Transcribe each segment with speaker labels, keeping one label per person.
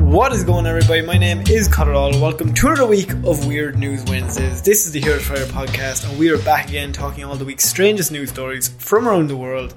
Speaker 1: What is going on, everybody? My name is Connor All. Welcome to another week of Weird News Wednesdays. This is the Hero Fire podcast, and we are back again talking all the week's strangest news stories from around the world.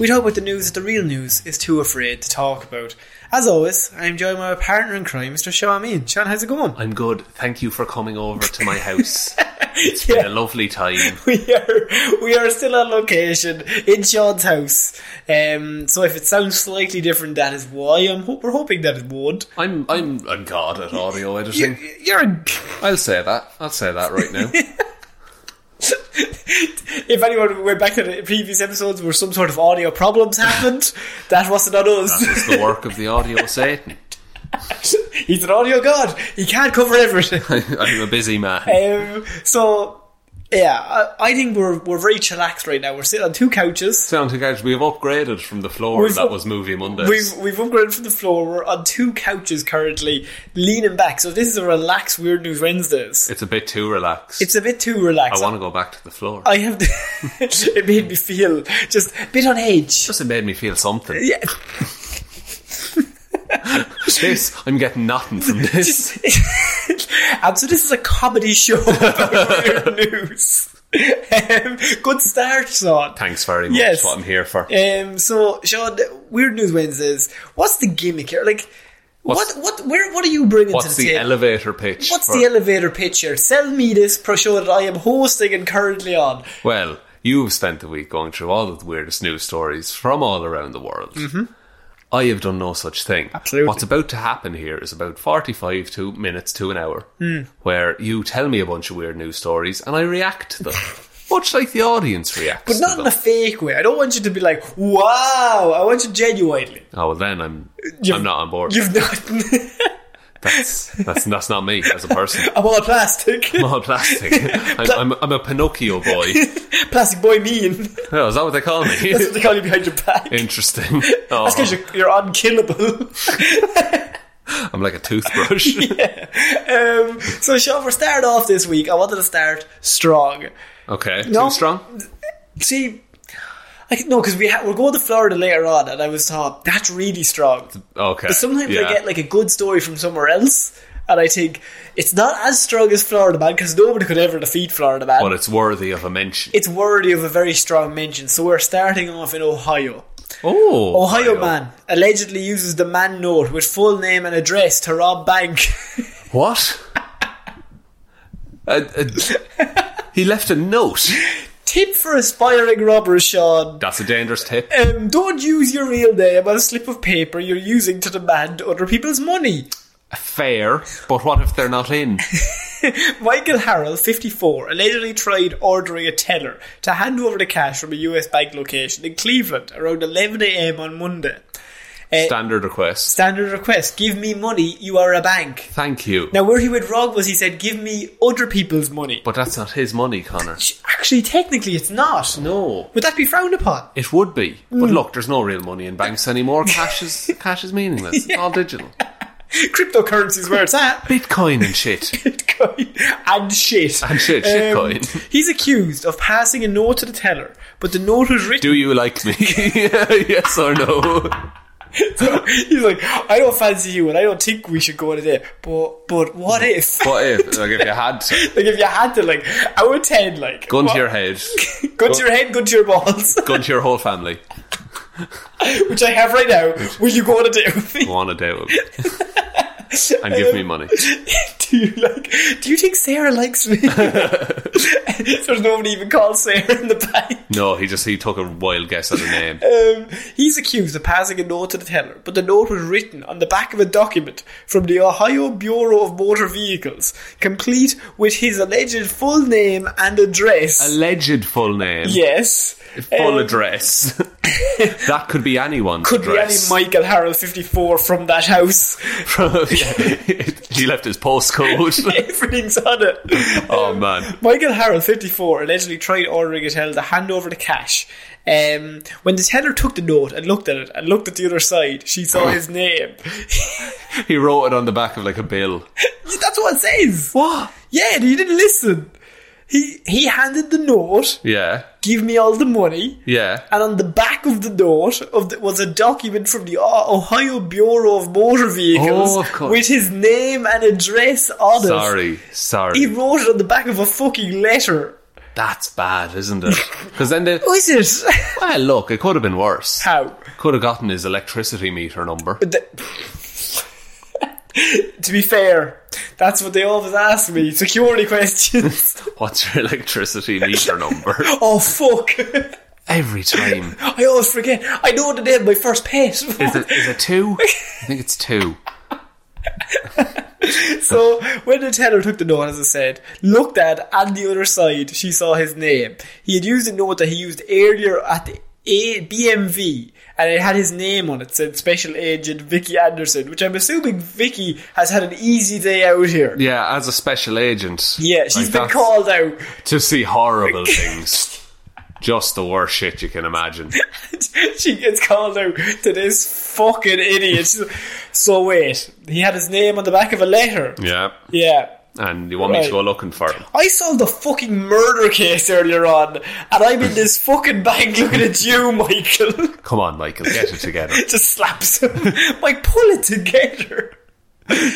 Speaker 1: We talk about the news that the real news is too afraid to talk about. As always, I am joined by my partner in crime, Mr. Sean Mean. Sean, how's it going?
Speaker 2: I'm good. Thank you for coming over to my house. It's been a lovely time.
Speaker 1: we are we are still on location in Sean's house. Um, so if it sounds slightly different, that is why. I'm ho- we're hoping that it won't.
Speaker 2: I'm I'm I'm god at audio editing.
Speaker 1: You're a-
Speaker 2: I'll say that. I'll say that right now.
Speaker 1: if anyone went back to the previous episodes where some sort of audio problems happened, that wasn't on us.
Speaker 2: It's the work of the audio Satan.
Speaker 1: He's an audio god. He can't cover everything.
Speaker 2: I'm a busy man.
Speaker 1: um, so yeah, I, I think we're we're very chillaxed right now. We're sitting on two couches.
Speaker 2: Sound to catch. We've upgraded from the floor
Speaker 1: We've-
Speaker 2: that was Movie Mondays.
Speaker 1: We've we've upgraded from the floor. We're on two couches currently, leaning back. So this is a relaxed Weird News Wednesdays.
Speaker 2: it's a bit too relaxed.
Speaker 1: It's a bit too relaxed.
Speaker 2: I want to go back to the floor.
Speaker 1: I have. To, it made me feel just a bit on edge.
Speaker 2: Just it made me feel something.
Speaker 1: Yeah.
Speaker 2: This I'm getting nothing from this.
Speaker 1: um, so this is a comedy show about weird news. Um, good start, Sean.
Speaker 2: Thanks very much.
Speaker 1: Yes.
Speaker 2: What I'm here for.
Speaker 1: Um, so, Sean, Weird News Wednesdays. What's the gimmick here? Like,
Speaker 2: What's-
Speaker 1: what, what, where, what are you bringing to
Speaker 2: What's
Speaker 1: the,
Speaker 2: the
Speaker 1: table?
Speaker 2: elevator pitch?
Speaker 1: What's
Speaker 2: for-
Speaker 1: the elevator pitch here? Sell me this pro show that I am hosting and currently on.
Speaker 2: Well, you've spent the week going through all of the weirdest news stories from all around the world. Mm-hmm. I have done no such thing.
Speaker 1: Absolutely.
Speaker 2: What's about to happen here is about 45 to minutes to an hour,
Speaker 1: Hmm.
Speaker 2: where you tell me a bunch of weird news stories and I react to them. Much like the audience reacts
Speaker 1: But
Speaker 2: to
Speaker 1: not in a
Speaker 2: them.
Speaker 1: fake way. I don't want you to be like, wow. I want you genuinely.
Speaker 2: oh, well, then I'm, I'm not on board.
Speaker 1: You've not.
Speaker 2: That's, that's, that's not me as a person.
Speaker 1: I'm all plastic.
Speaker 2: I'm all plastic. I'm, I'm, I'm a Pinocchio boy.
Speaker 1: plastic boy mean.
Speaker 2: Oh, is that what they call me?
Speaker 1: That's what they call you behind your back.
Speaker 2: Interesting.
Speaker 1: That's because
Speaker 2: Oh,
Speaker 1: you're, you're unkillable.
Speaker 2: I'm like a toothbrush.
Speaker 1: um, so, Sean, we're starting off this week. I wanted to start strong.
Speaker 2: Okay.
Speaker 1: No.
Speaker 2: Too strong?
Speaker 1: See, I, no, because we ha- we're going to Florida later on, and I was thought that's really strong.
Speaker 2: Okay.
Speaker 1: But sometimes
Speaker 2: yeah.
Speaker 1: I get like a good story from somewhere else, and I think it's not as strong as Florida Man because nobody could ever defeat Florida Man.
Speaker 2: but it's worthy of a mention.
Speaker 1: it's worthy of a very strong mention. So we're starting off in Ohio.
Speaker 2: oh,
Speaker 1: Ohio, man allegedly uses the man note with full name and address to rob bank.
Speaker 2: What? Uh, uh, he left a note.
Speaker 1: Tip for aspiring robbers, Sean.
Speaker 2: That's a dangerous tip.
Speaker 1: Um, don't use your real name on a slip of paper you're using to demand other people's money.
Speaker 2: Fair, but what if they're not in?
Speaker 1: Michael Harrell, 54, allegedly tried ordering a teller to hand over the cash from a US bank location in Cleveland around 11am on Monday. Uh,
Speaker 2: Standard request.
Speaker 1: standard request. Give me money. You are a bank.
Speaker 2: Thank you.
Speaker 1: Now, where he went wrong was he said, "Give me other people's money."
Speaker 2: But that's not his money, Connor.
Speaker 1: Which Actually, technically, it's not.
Speaker 2: No.
Speaker 1: Would that be frowned upon?
Speaker 2: It would be. But look, there's no real money in banks anymore. Cash is cash is meaningless. It's all digital.
Speaker 1: Cryptocurrency is where it's at.
Speaker 2: Bitcoin and shit.
Speaker 1: Bitcoin and shit. Um,
Speaker 2: And shit, shitcoin.
Speaker 1: he's accused of passing a note to the teller, but the note was written.
Speaker 2: Do you like me? yes or no?
Speaker 1: he's like, I don't fancy you, and I don't think we should go on a date. But but what if?
Speaker 2: What if like if you had to
Speaker 1: like if you had to, like, I would ten, like,
Speaker 2: gun
Speaker 1: what-
Speaker 2: to your head.
Speaker 1: gun to your head, gun to your balls,
Speaker 2: Gun to your whole family.
Speaker 1: which I have right now. Will you go on a date with me?
Speaker 2: Go on a date with me. and give me money.
Speaker 1: do you like? Do you think Sarah likes me? There's nobody even called Sarah in the bank.
Speaker 2: No, he just he took a wild guess at the name.
Speaker 1: Um, he's accused of passing a note to the teller, but the note was written on the back of a document from the Ohio Bureau of Motor Vehicles, complete with his alleged full name and address.
Speaker 2: Alleged full name.
Speaker 1: yes, Um,
Speaker 2: Full address. that could be anyone's
Speaker 1: Could
Speaker 2: address.
Speaker 1: be any Michael Harrell fifty four from that house.
Speaker 2: he left his postcode.
Speaker 1: Everything's on it.
Speaker 2: oh man.
Speaker 1: Michael Harrell, 54, allegedly tried ordering a teller to hand over the cash. Um, when the teller took the note and looked at it and looked at the other side, she
Speaker 2: Oh.
Speaker 1: saw his name.
Speaker 2: He wrote it on the back of like a bill.
Speaker 1: That's what it says. What? Yeah, he didn't listen. He he handed the note,
Speaker 2: Yeah.
Speaker 1: give me all the money,
Speaker 2: Yeah.
Speaker 1: and on the back of the note of the, was a document from the O- Ohio Bureau of Motor Vehicles
Speaker 2: Oh, of course.
Speaker 1: with his name and address on it.
Speaker 2: Sorry.
Speaker 1: He
Speaker 2: Sorry.
Speaker 1: wrote it on the back of a fucking letter.
Speaker 2: That's bad, isn't it? Because then they.
Speaker 1: Who is it?
Speaker 2: Well, look, it could have been worse.
Speaker 1: How?
Speaker 2: Could have gotten his electricity meter number.
Speaker 1: The- to be fair, that's what they always ask me security questions.
Speaker 2: What's your electricity meter number?
Speaker 1: oh fuck!
Speaker 2: Every time.
Speaker 1: I always forget. I know the name of my first pet.
Speaker 2: Is it, is it two? I think it's two.
Speaker 1: so when the teller took the note, as I said, looked at and the other side, she saw his name. He had used a note that he used earlier at the a- BMV, and it had his name on it. Said Special Agent Vicky Anderson, which I'm assuming Vicky has had an easy day out here.
Speaker 2: Yeah, as a special agent.
Speaker 1: Yeah, she's
Speaker 2: Like,
Speaker 1: been
Speaker 2: that's-
Speaker 1: called out.
Speaker 2: To see horrible things. Just the worst shit you can imagine.
Speaker 1: she gets called out to this fucking idiot. She's like, so wait, he had his name on the back of a letter.
Speaker 2: Yeah.
Speaker 1: Yeah.
Speaker 2: And you want me
Speaker 1: Right.
Speaker 2: to go looking for him?
Speaker 1: I solved a fucking murder case earlier on, and I'm in this fucking bank looking at you, Michael.
Speaker 2: Come on, Michael, get it together.
Speaker 1: Just slaps him. Mike, pull it together.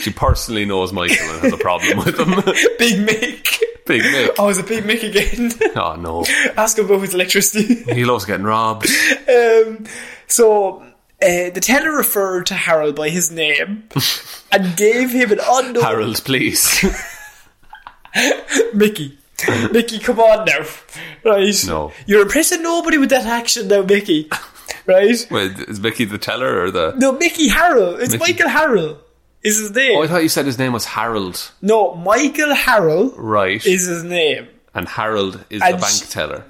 Speaker 2: She personally knows Michael and has a problem with him.
Speaker 1: Big Mick.
Speaker 2: Big Mick.
Speaker 1: Oh, is it Big Mick again?
Speaker 2: Oh no,
Speaker 1: Ask him about his electricity.
Speaker 2: he loves getting robbed.
Speaker 1: Um, so uh, the teller referred to Harold by his name and gave him an unknown
Speaker 2: Harold, please.
Speaker 1: Mickey. Mickey, come on now. Right?
Speaker 2: No.
Speaker 1: You're impressing nobody with that action now, Mickey. Right?
Speaker 2: Wait, is Vicky the teller or the?
Speaker 1: No, Mickey Harrell. It's
Speaker 2: Mickey.
Speaker 1: Michael Harrell. Is his name?
Speaker 2: Oh, I thought you said his name was Harold.
Speaker 1: no, Michael Harrell
Speaker 2: Right,
Speaker 1: is his name.
Speaker 2: and Harold is
Speaker 1: And
Speaker 2: the bank
Speaker 1: sh-
Speaker 2: teller.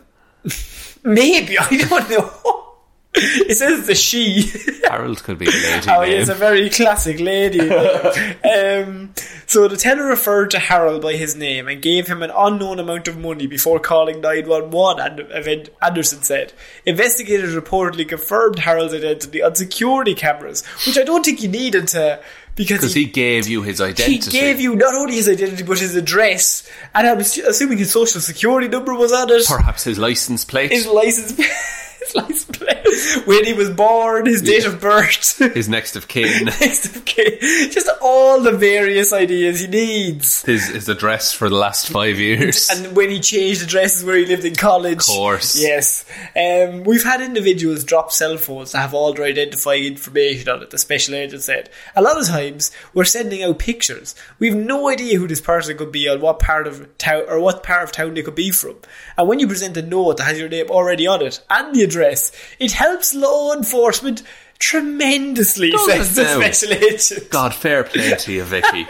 Speaker 1: Maybe, I don't know. It says the she.
Speaker 2: Harold could be a lady
Speaker 1: Oh,
Speaker 2: name.
Speaker 1: it's a very classic lady. um, so the teller referred to Harold by his name and gave him an unknown amount of money before calling 911, and event- Anderson said. Investigators reportedly confirmed Harold's identity on security cameras, which I don't think he needed to because
Speaker 2: Because
Speaker 1: he,
Speaker 2: he gave you his
Speaker 1: he
Speaker 2: identity.
Speaker 1: gave you not only his identity but his address, and I'm assu- assuming his social security number was on it.
Speaker 2: perhaps his license plate,
Speaker 1: His
Speaker 2: his,
Speaker 1: license. His license plate, when he was born, his date of birth,
Speaker 2: next of kin,
Speaker 1: next of kin. Just all the various ideas he needs.
Speaker 2: his his address for the last five years.
Speaker 1: And when he changed addresses where he lived in college. Of
Speaker 2: course.
Speaker 1: Yes. Um, we've had individuals drop cell phones to have all their identifying information on it, the special agent said. A lot of times, we're sending out pictures. We've no idea who this person could be or what part of town or what part of town they could be from. And when you present a note that has your name already on it and the address, it helps law enforcement tremendously,
Speaker 2: Does
Speaker 1: says the
Speaker 2: it now?
Speaker 1: special agent.
Speaker 2: God, fair play to you, Vicky.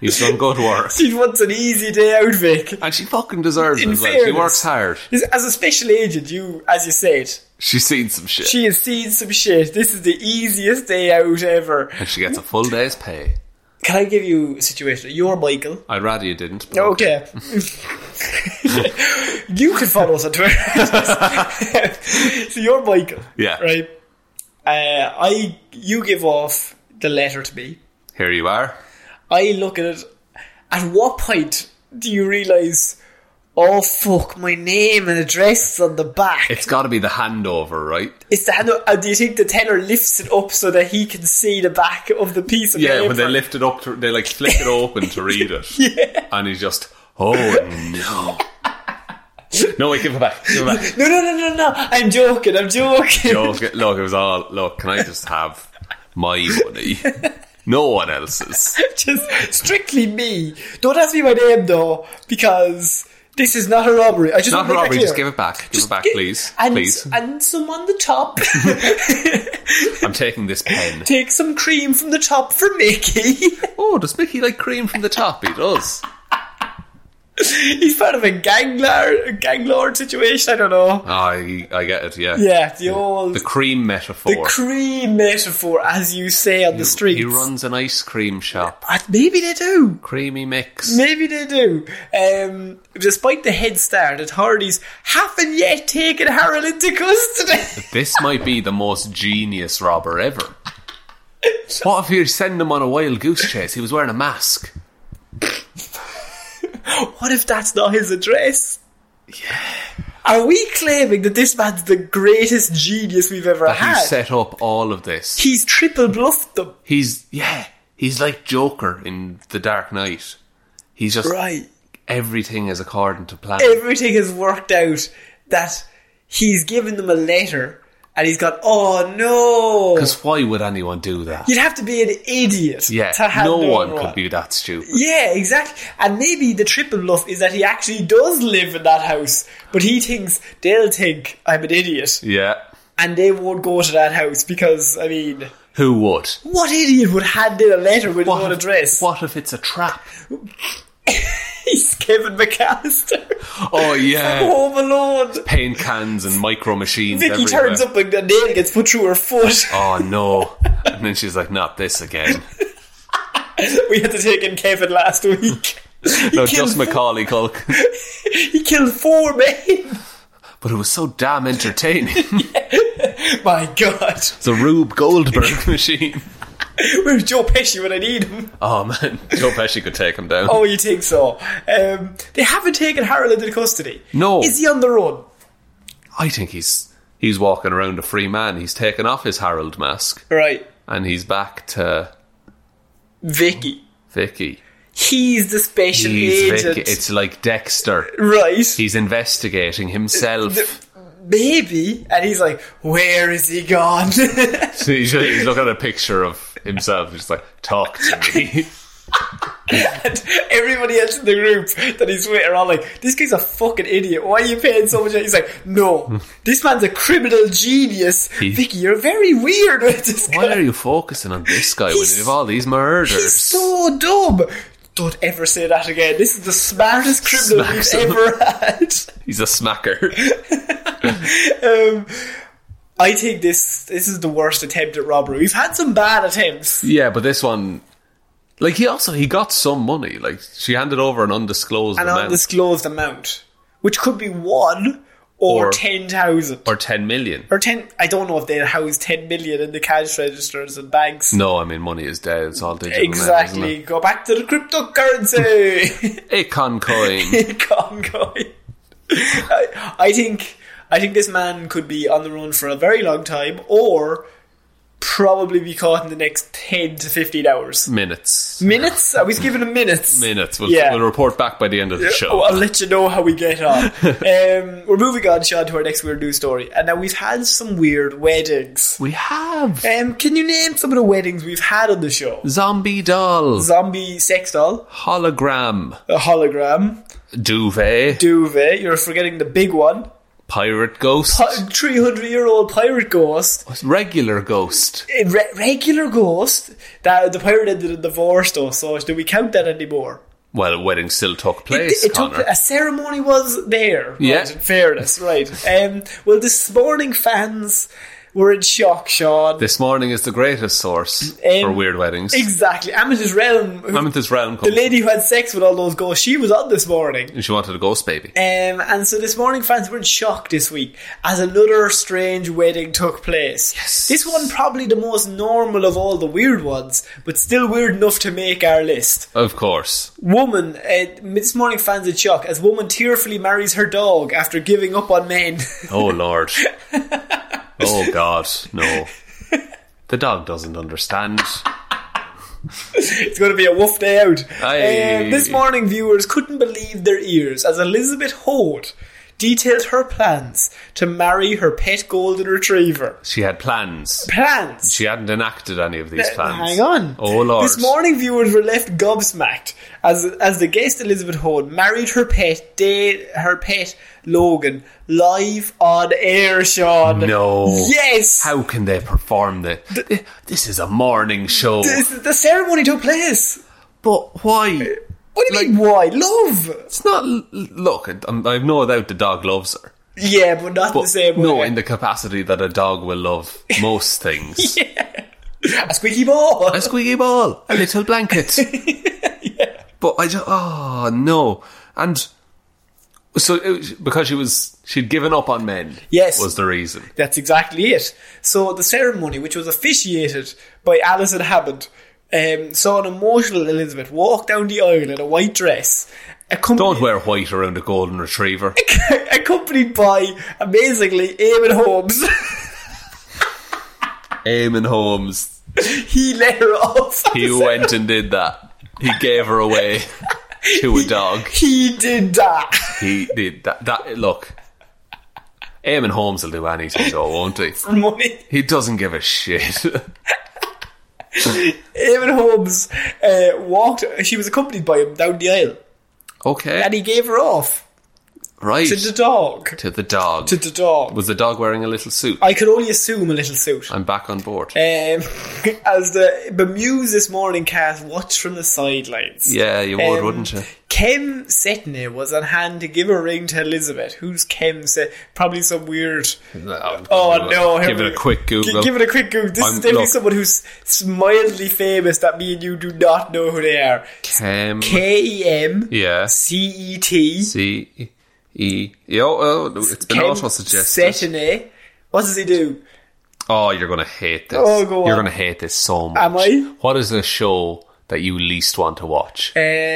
Speaker 2: You've done good work.
Speaker 1: She wants an easy day out, Vic.
Speaker 2: And she fucking deserves it.
Speaker 1: In
Speaker 2: as well. She
Speaker 1: fairness.
Speaker 2: works hard.
Speaker 1: As a special agent, you, as you said,
Speaker 2: She's seen some shit.
Speaker 1: she has seen some shit. This is the easiest day out ever.
Speaker 2: and she gets a full day's pay.
Speaker 1: Can I give you a situation? You're Michael.
Speaker 2: I'd rather you didn't. but
Speaker 1: Okay. you can follow us on Twitter. so you're Michael.
Speaker 2: Yeah.
Speaker 1: Right. Uh, I you give off the letter to me.
Speaker 2: Here you are.
Speaker 1: I look at it. At what point do you realise? Oh fuck! My name and address is on the back.
Speaker 2: It's got to be the handover, right?
Speaker 1: It's the hand. Uh, do you think the teller lifts it up so that he can see the back of the piece of
Speaker 2: Yeah,
Speaker 1: paper?
Speaker 2: when they lift it up, to, they like flick it open to read it. yeah. And he's just, oh no. no, wait, give it back. Give it back.
Speaker 1: No, no, no, no, no! I'm joking. I'm joking.
Speaker 2: Look, look, it was all, look, can I just have my money? No one else's.
Speaker 1: just strictly me. Don't ask me my name though, because this is not a robbery. I just
Speaker 2: Not
Speaker 1: wanna make that
Speaker 2: robbery,
Speaker 1: clear.
Speaker 2: just give it back. Give
Speaker 1: Just
Speaker 2: it back,
Speaker 1: gi-
Speaker 2: please.
Speaker 1: And,
Speaker 2: please.
Speaker 1: and some on the top.
Speaker 2: I'm taking this pen.
Speaker 1: Take some cream from the top for Mickey.
Speaker 2: Oh, does Mickey like cream from the top? He does.
Speaker 1: He's part of a gangler, ganglord situation. I don't know.
Speaker 2: I, Ah, I get it, yeah.
Speaker 1: Yeah, the old
Speaker 2: The cream metaphor.
Speaker 1: the cream metaphor, as you say on the streets.
Speaker 2: He runs an ice cream shop.
Speaker 1: Uh, Maybe they do.
Speaker 2: Creamy mix.
Speaker 1: Maybe they do. Um, despite the head start at Hardy's, haven't yet taken Harold into custody.
Speaker 2: This might be the most genius robber ever. What if you send him on a wild goose chase? He was wearing a mask.
Speaker 1: What if that's not his address? Yeah. Are we claiming that this man's the greatest genius we've ever
Speaker 2: That
Speaker 1: had?
Speaker 2: he set up all of this.
Speaker 1: He's triple bluffed them.
Speaker 2: He's yeah. He's like Joker in The Dark Knight. He's just
Speaker 1: Right.
Speaker 2: everything is according to plan.
Speaker 1: Everything has worked out that he's given them a letter and he's gone, oh no.
Speaker 2: Because why would anyone do that?
Speaker 1: You'd have to be an idiot
Speaker 2: Yeah,
Speaker 1: to have
Speaker 2: no
Speaker 1: known
Speaker 2: one
Speaker 1: that.
Speaker 2: could be that stupid.
Speaker 1: Yeah, exactly. And maybe the triple bluff is that he actually does live in that house, but he thinks they'll think I'm an idiot
Speaker 2: Yeah,
Speaker 1: and they won't go to that house because, I mean.
Speaker 2: who would?
Speaker 1: What idiot would hand in a letter with no
Speaker 2: if-
Speaker 1: address?
Speaker 2: What if it's a trap?
Speaker 1: He's Kevin McAllister.
Speaker 2: Oh yeah,
Speaker 1: Home Alone.
Speaker 2: paint cans and micro machines.
Speaker 1: Vicky
Speaker 2: everywhere.
Speaker 1: turns up and the nail gets put through her foot.
Speaker 2: Oh no! And then she's like, "Not this again."
Speaker 1: we had to take in Kevin last week. He
Speaker 2: No,
Speaker 1: killed
Speaker 2: just
Speaker 1: four-
Speaker 2: Macaulay Culkin.
Speaker 1: He killed four men.
Speaker 2: But it was so damn entertaining.
Speaker 1: My God.
Speaker 2: It's a Rube Goldberg machine.
Speaker 1: Where's Joe Pesci when I need him?
Speaker 2: Oh man, Joe Pesci could take him down.
Speaker 1: Oh, you think so? Um, they haven't taken Harold into custody.
Speaker 2: No.
Speaker 1: Is he on the run?
Speaker 2: I think he's he's walking around a free man. He's taken off his Harold mask
Speaker 1: Right.
Speaker 2: and he's back to
Speaker 1: Vicky.
Speaker 2: Vicky.
Speaker 1: He's the special
Speaker 2: He's
Speaker 1: agent.
Speaker 2: Vicky. It's like Dexter.
Speaker 1: right.
Speaker 2: He's investigating himself.
Speaker 1: Maybe. And he's like, where is he gone?
Speaker 2: So he's, he's looking at a picture of himself. He's like, "Talk to me."
Speaker 1: Everybody else in the group that he's with are all like, this guy's a fucking idiot. Why are you paying so much? He's like, no, this man's a criminal genius.
Speaker 2: He-
Speaker 1: Vicky, you're very weird with this
Speaker 2: Why
Speaker 1: guy.
Speaker 2: are you focusing on this guy when
Speaker 1: He's-
Speaker 2: you have all these murders?
Speaker 1: He's so dumb. Don't ever say that again. This is the smartest criminal
Speaker 2: Smacks
Speaker 1: we've
Speaker 2: him.
Speaker 1: ever had.
Speaker 2: He's a smacker.
Speaker 1: Um, I think this this is the worst attempt at robbery. We've had some bad attempts.
Speaker 2: Yeah, but this one, like he also he got some money. Like she handed over an undisclosed
Speaker 1: An
Speaker 2: amount
Speaker 1: undisclosed amount, which could be one or,
Speaker 2: Or-
Speaker 1: 10,000.
Speaker 2: or ten million.
Speaker 1: or 10 I don't know if they house 10 million in the cash registers and banks
Speaker 2: No, I mean money is dead. It's all digital. now, isn't
Speaker 1: exactly go back to the cryptocurrency
Speaker 2: it? Acorn coin.
Speaker 1: Concoy I, I think I think this man could be on the run for a very long time or probably be caught in the next 10 to 15 hours
Speaker 2: minutes.
Speaker 1: minutes I was giving him minutes
Speaker 2: Minutes. We'll,
Speaker 1: Yeah.
Speaker 2: we'll report back by the end of the
Speaker 1: Oh,
Speaker 2: show.
Speaker 1: I'll let you know how we get on. um, we're moving on, Sean, to our next weird news story. And now we've had some weird weddings.
Speaker 2: We have
Speaker 1: Um, can you name some of the weddings we've had on the show?
Speaker 2: zombie doll,
Speaker 1: Zombie sex doll,
Speaker 2: hologram,
Speaker 1: a hologram,
Speaker 2: duvet,
Speaker 1: duvet. You're forgetting the big one.
Speaker 2: pirate ghost,
Speaker 1: Three hundred year old pirate ghost,
Speaker 2: regular ghost.
Speaker 1: a re- regular ghost. That the pirate ended in divorce, though. So do we count that anymore?
Speaker 2: Well, wedding still took
Speaker 1: It-
Speaker 2: place.
Speaker 1: it,
Speaker 2: Connor.
Speaker 1: took a ceremony was there. Right,
Speaker 2: Yeah.
Speaker 1: in fairness, right. Um, well, this morning fans were in shock, Sean.
Speaker 2: this morning is the greatest source
Speaker 1: Um,
Speaker 2: for weird weddings.
Speaker 1: exactly, Amethyst Realm. who-
Speaker 2: Mammoth's realm
Speaker 1: the
Speaker 2: comes.
Speaker 1: lady who had sex with all those ghosts, she was on this morning.
Speaker 2: and she wanted a ghost baby.
Speaker 1: Um, and so this morning, fans were in shock this week as another strange wedding took place. Yes. This one probably the most normal of all the weird ones, but still weird enough to make our list.
Speaker 2: Of course.
Speaker 1: Woman, uh, this morning fans in shock as woman tearfully marries her dog after giving up on men.
Speaker 2: Oh Lord. oh God, no. The dog doesn't understand.
Speaker 1: it's going to be a woof day out.
Speaker 2: Aye.
Speaker 1: Um, this morning, viewers couldn't believe their ears as Elizabeth Holt detailed her plans to marry her pet golden retriever.
Speaker 2: She had plans.
Speaker 1: Plans.
Speaker 2: She hadn't enacted any of these
Speaker 1: Uh,
Speaker 2: plans.
Speaker 1: Hang on.
Speaker 2: Oh Lord.
Speaker 1: This morning, viewers were left gobsmacked as as the guest Elizabeth Holt married her pet, day, her pet Logan, live on air. Sean,
Speaker 2: No.
Speaker 1: yes.
Speaker 2: How can they perform this? This is a morning show.
Speaker 1: This- the, ceremony took place?
Speaker 2: But why?
Speaker 1: What do you mean? Why love?
Speaker 2: It's not. l- Look, I'm- I've no doubt the dog loves her.
Speaker 1: Yeah, but not
Speaker 2: But
Speaker 1: the same.
Speaker 2: no,
Speaker 1: way.
Speaker 2: in the capacity that a dog will love most things.
Speaker 1: a squeaky ball.
Speaker 2: A squeaky ball, a little blanket. But I just, oh no. And so, it, was- because she was, she'd given up on men.
Speaker 1: Yes.
Speaker 2: Was the reason.
Speaker 1: That's exactly it. So the ceremony, which was officiated by Alison Hammond, um, saw an emotional Elizabeth walk down the aisle in a white dress.
Speaker 2: Don't
Speaker 1: accompanied-
Speaker 2: wear white around a golden retriever.
Speaker 1: accompanied by amazingly Eamon Holmes.
Speaker 2: Eamon Holmes.
Speaker 1: he let her off.
Speaker 2: He went and did that. He gave her away to a dog.
Speaker 1: He did that
Speaker 2: He did that. that look, Eamon Holmes will do anything though, won't he?
Speaker 1: for money.
Speaker 2: He doesn't give a shit.
Speaker 1: Eamon Holmes uh, walked. She was accompanied by him down the aisle,
Speaker 2: okay.
Speaker 1: and he gave her off
Speaker 2: right.
Speaker 1: to the dog.
Speaker 2: To the dog.
Speaker 1: To the dog.
Speaker 2: Was the dog wearing a little suit?
Speaker 1: I could only assume a little suit.
Speaker 2: I'm back on board.
Speaker 1: Um, as the bemused this morning cast watched from the sidelines.
Speaker 2: yeah, you would,
Speaker 1: um,
Speaker 2: wouldn't you?
Speaker 1: Kem Setne was on hand to give a ring to Elizabeth. Who's Kem Set? Probably some weird. Oh no! here
Speaker 2: Give
Speaker 1: we
Speaker 2: it a
Speaker 1: go.
Speaker 2: quick Google.
Speaker 1: Gi- give it a quick Google. This
Speaker 2: I'm-
Speaker 1: is definitely
Speaker 2: look.
Speaker 1: someone who's s- mildly famous that me and you do not know who they are.
Speaker 2: Kem.
Speaker 1: K E M
Speaker 2: Yeah.
Speaker 1: C E T.
Speaker 2: C. E. Oh, oh, it's been auto suggested.
Speaker 1: Setne. What does he do?
Speaker 2: Oh, you're going to hate this.
Speaker 1: Oh, go
Speaker 2: you're
Speaker 1: on.
Speaker 2: going to hate this so much.
Speaker 1: Am I?
Speaker 2: What is a show that you least want to watch?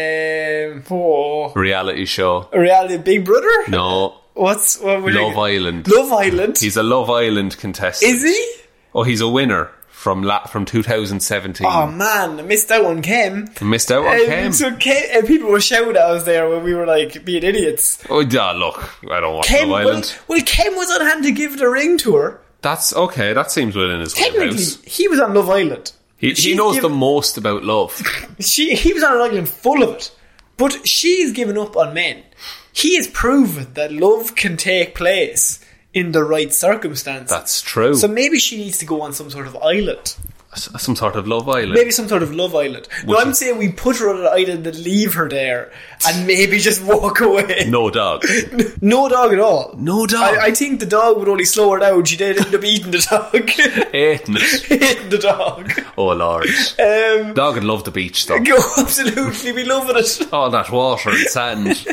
Speaker 1: Um, oh,
Speaker 2: Reality show?
Speaker 1: reality Big Brother.
Speaker 2: No.
Speaker 1: What's what would
Speaker 2: Love
Speaker 1: you-
Speaker 2: Island.
Speaker 1: Love Island.
Speaker 2: He's a Love Island contestant.
Speaker 1: Is he?
Speaker 2: Oh, he's a winner from la- from 2017.
Speaker 1: Oh man, I missed that one, Kem.
Speaker 2: Missed out on
Speaker 1: Um,
Speaker 2: Kem.
Speaker 1: So Kem, and people were shouting at us there when we were like being idiots.
Speaker 2: Oh, yeah, look, I don't watch
Speaker 1: Kem,
Speaker 2: Love
Speaker 1: well,
Speaker 2: Island.
Speaker 1: well, Kem was on hand to give the ring to her.
Speaker 2: That's okay. That seems within his
Speaker 1: Technically,
Speaker 2: wheelhouse.
Speaker 1: he was on Love Island.
Speaker 2: He, he
Speaker 1: She's
Speaker 2: knows
Speaker 1: giv-
Speaker 2: the most about love.
Speaker 1: She, he was on an island full of it. But she's given up on men. He has proven that love can take place in the right circumstances.
Speaker 2: That's true.
Speaker 1: so maybe she needs to go on some sort of island.
Speaker 2: S- Some sort of Love Island.
Speaker 1: Maybe some sort of love island. No,
Speaker 2: Which
Speaker 1: I'm
Speaker 2: is-
Speaker 1: saying we put her on an island and leave her there and maybe just walk away.
Speaker 2: No dog.
Speaker 1: No dog at all.
Speaker 2: No dog.
Speaker 1: I, I think the dog would only slow her down. She did end up eating the dog.
Speaker 2: Hating it.
Speaker 1: Hitting the dog.
Speaker 2: Oh lord.
Speaker 1: Um,
Speaker 2: Dog would love the beach though.
Speaker 1: go absolutely be loving it.
Speaker 2: All that water and sand.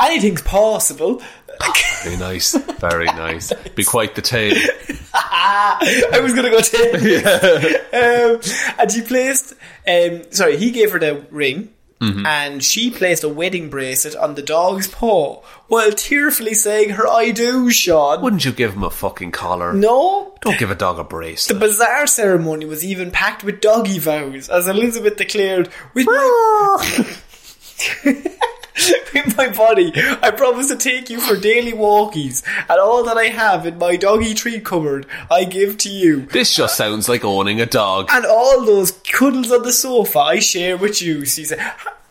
Speaker 1: Anything's possible.
Speaker 2: Very nice. Very nice. Be quite the tale.
Speaker 1: I was gonna go ten. um, and he placed. Um, sorry, he gave her the ring.
Speaker 2: Mm-hmm.
Speaker 1: And she placed a wedding bracelet on the dog's paw while tearfully saying her I do, Sean.
Speaker 2: Wouldn't you give him a fucking collar?
Speaker 1: no,
Speaker 2: Don't give a dog a brace.
Speaker 1: The bizarre ceremony was even packed with doggy vows, as Elizabeth declared, with my, with my body, I promise to take you for daily walkies, and all that I have in my doggy treat cupboard, I give to you.
Speaker 2: This just sounds like owning a dog.
Speaker 1: And all those cuddles on the sofa, I share with you, she said.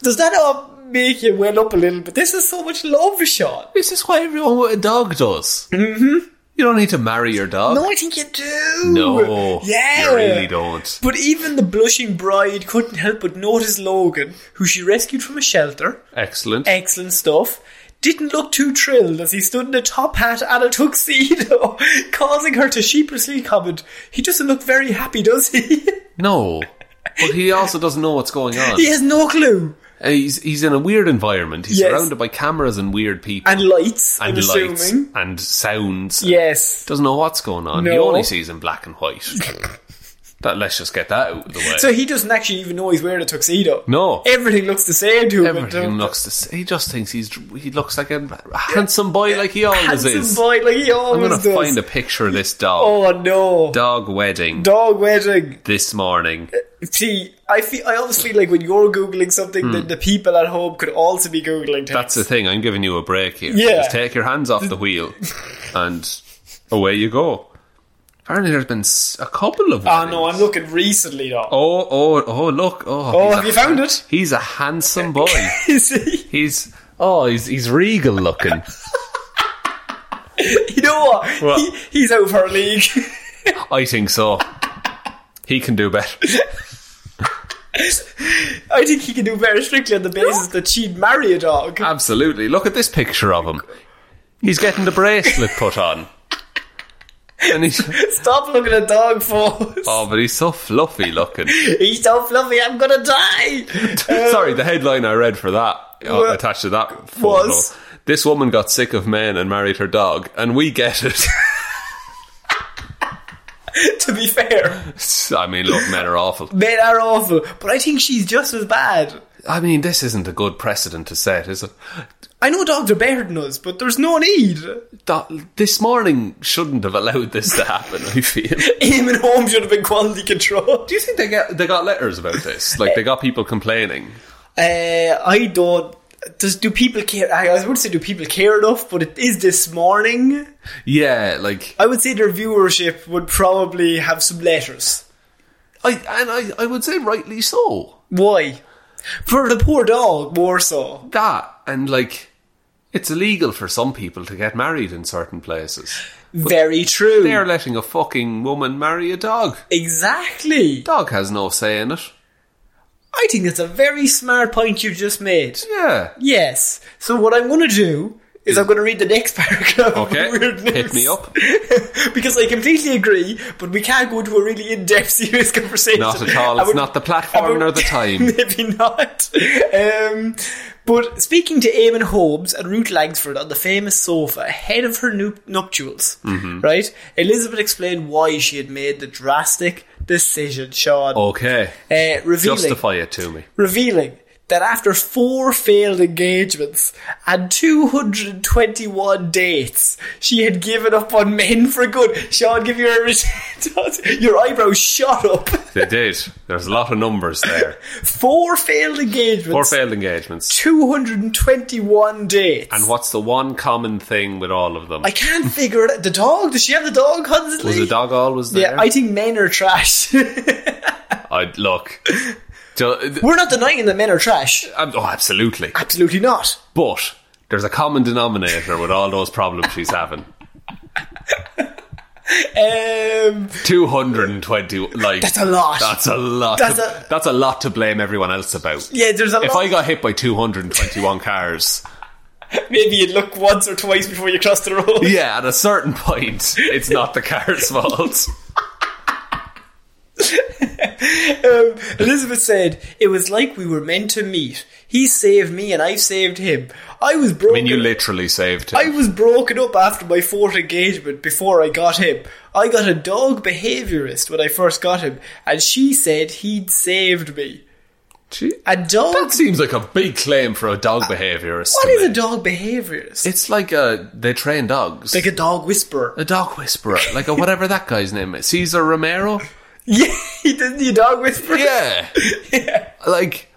Speaker 1: Does that all make you well up a little bit. This is so much love, Sean.
Speaker 2: This is why everyone what a dog does. Mm-hmm. You don't need to marry your dog.
Speaker 1: No, I think you do.
Speaker 2: No,
Speaker 1: yeah,
Speaker 2: you really don't.
Speaker 1: But even the blushing bride couldn't help but notice Logan, who she rescued from a shelter.
Speaker 2: Excellent.
Speaker 1: Excellent stuff. Didn't look too thrilled as he stood in a top hat and a tuxedo, causing her to sheepishly comment, "He doesn't look very happy, does he?"
Speaker 2: No, but he also doesn't know what's going on.
Speaker 1: he has no clue.
Speaker 2: Uh, He's he's in a weird environment. He's
Speaker 1: Yes.
Speaker 2: surrounded by cameras and weird people
Speaker 1: And lights.
Speaker 2: and
Speaker 1: I'm
Speaker 2: lights
Speaker 1: assuming.
Speaker 2: and sounds. and
Speaker 1: Yes.
Speaker 2: doesn't know what's going on. He
Speaker 1: No.
Speaker 2: only sees in black and white. that let's just get that out of the way.
Speaker 1: So he doesn't actually even know he's wearing a tuxedo.
Speaker 2: No.
Speaker 1: Everything looks the same to him.
Speaker 2: Everything looks. The, sa- he just thinks he's. He looks like a handsome boy, like he always
Speaker 1: handsome
Speaker 2: is.
Speaker 1: boy, like he
Speaker 2: I'm
Speaker 1: always
Speaker 2: gonna
Speaker 1: does.
Speaker 2: find a picture of this dog.
Speaker 1: oh no.
Speaker 2: Dog wedding
Speaker 1: Dog wedding.
Speaker 2: this morning.
Speaker 1: See, I feel I honestly like when you're googling something, then the people at home could also be googling. Things.
Speaker 2: Hmm. That's the thing. I'm giving you a break here.
Speaker 1: Yeah.
Speaker 2: Just take your hands off the wheel, and away you go. Apparently, there's been s- a couple of.
Speaker 1: Oh no,
Speaker 2: weddings.
Speaker 1: I'm looking recently though.
Speaker 2: Oh, oh, oh! Look! Oh,
Speaker 1: Oh,
Speaker 2: he's
Speaker 1: have
Speaker 2: a-
Speaker 1: you found it?
Speaker 2: He's a handsome boy.
Speaker 1: You see,
Speaker 2: he's oh, he's he's regal looking.
Speaker 1: you know what?
Speaker 2: What?
Speaker 1: He, he's out of our league.
Speaker 2: I think so. He can do better.
Speaker 1: I think he can do better strictly on the basis that she'd marry a dog.
Speaker 2: Absolutely. Look at this picture of him. He's getting the bracelet put on. And he's
Speaker 1: Stop looking at dog photos.
Speaker 2: oh, but he's so fluffy looking.
Speaker 1: He's so fluffy. I'm gonna die.
Speaker 2: Sorry, the headline I read for that uh,
Speaker 1: Well,
Speaker 2: attached to that photo.
Speaker 1: was-
Speaker 2: This woman got sick of men and married her dog, and we get it.
Speaker 1: to be fair,
Speaker 2: I mean, look, men are awful.
Speaker 1: men are awful, but I think she's just as bad.
Speaker 2: I mean, this isn't a good precedent to set, is it?
Speaker 1: I know dogs are better than us, but there's no need.
Speaker 2: That, this morning shouldn't have allowed this to happen. I feel.
Speaker 1: Aim and home should have been quality control.
Speaker 2: Do you think they get they got letters about this? Like they got people complaining.
Speaker 1: Uh, I don't. Does do people care? I I would say do people care enough, but it is this morning.
Speaker 2: Yeah, like
Speaker 1: I would say their viewership would probably have some letters.
Speaker 2: I and I, I would say rightly so.
Speaker 1: Why? For the poor dog, more so.
Speaker 2: That and like it's illegal for some people to get married in certain places.
Speaker 1: Very true.
Speaker 2: They're letting a fucking woman marry a dog.
Speaker 1: exactly.
Speaker 2: Dog has no say in it.
Speaker 1: I think that's a very smart point you've just made.
Speaker 2: Yeah.
Speaker 1: Yes. So what I'm going to do is I'm going to read the next paragraph. of
Speaker 2: Okay,
Speaker 1: Weird News.
Speaker 2: hit me up.
Speaker 1: because I completely agree, but we can't go into a really in-depth, serious conversation.
Speaker 2: Not at all.
Speaker 1: I
Speaker 2: It's not the platform
Speaker 1: I
Speaker 2: nor the time.
Speaker 1: maybe not. Um, but speaking to Eamon Hobbs and Ruth Langsford on the famous sofa ahead of her nu- nuptials,
Speaker 2: Mm-hmm.
Speaker 1: right? Elizabeth explained why she had made the drastic decision, Sean.
Speaker 2: Okay.
Speaker 1: Uh, revealing,
Speaker 2: Oh, Justify it to me.
Speaker 1: revealing that after four failed engagements and 221 dates, she had given up on men for good. Sean, give your your eyebrows shot up.
Speaker 2: They did. There's a lot of numbers there.
Speaker 1: Four failed engagements,
Speaker 2: Four failed engagements.
Speaker 1: 221 dates.
Speaker 2: And what's the one common thing with all of them?
Speaker 1: I can't figure it out. The dog? Does she have the dog constantly?
Speaker 2: Was the dog always there?
Speaker 1: Yeah, I think men are trash.
Speaker 2: I'd look. Ju-
Speaker 1: We're not denying that men are trash.
Speaker 2: Um, oh, absolutely.
Speaker 1: Absolutely not.
Speaker 2: But there's a common denominator with all those problems she's having.
Speaker 1: Um,
Speaker 2: 220, like...
Speaker 1: That's a lot.
Speaker 2: That's a lot.
Speaker 1: That's
Speaker 2: That's
Speaker 1: a-
Speaker 2: a, that's a lot to blame everyone else about.
Speaker 1: yeah, there's a
Speaker 2: If
Speaker 1: lot.
Speaker 2: I got hit by 221 cars,
Speaker 1: Maybe you'd look once or twice before you cross the road.
Speaker 2: yeah, at a certain point, it's not the car's fault.
Speaker 1: Um, Elizabeth said, It was like we were meant to meet. He saved me and I saved him. I was
Speaker 2: I
Speaker 1: broken.
Speaker 2: mean, you literally saved
Speaker 1: I
Speaker 2: him.
Speaker 1: was broken up after my fourth engagement before I got him. I got a dog behaviourist when I first got him, and she said he'd saved me.
Speaker 2: Gee,
Speaker 1: A dog. Uh,
Speaker 2: That seems like a big claim for a dog behaviourist.
Speaker 1: What
Speaker 2: to
Speaker 1: is
Speaker 2: me.
Speaker 1: a dog behaviorist?
Speaker 2: It's like a... They train dogs.
Speaker 1: like a dog whisperer.
Speaker 2: a dog whisperer, like a whatever that guy's name is, Caesar Romero.
Speaker 1: Yeah, he didn't he a dog whisperer?
Speaker 2: Yeah. Like,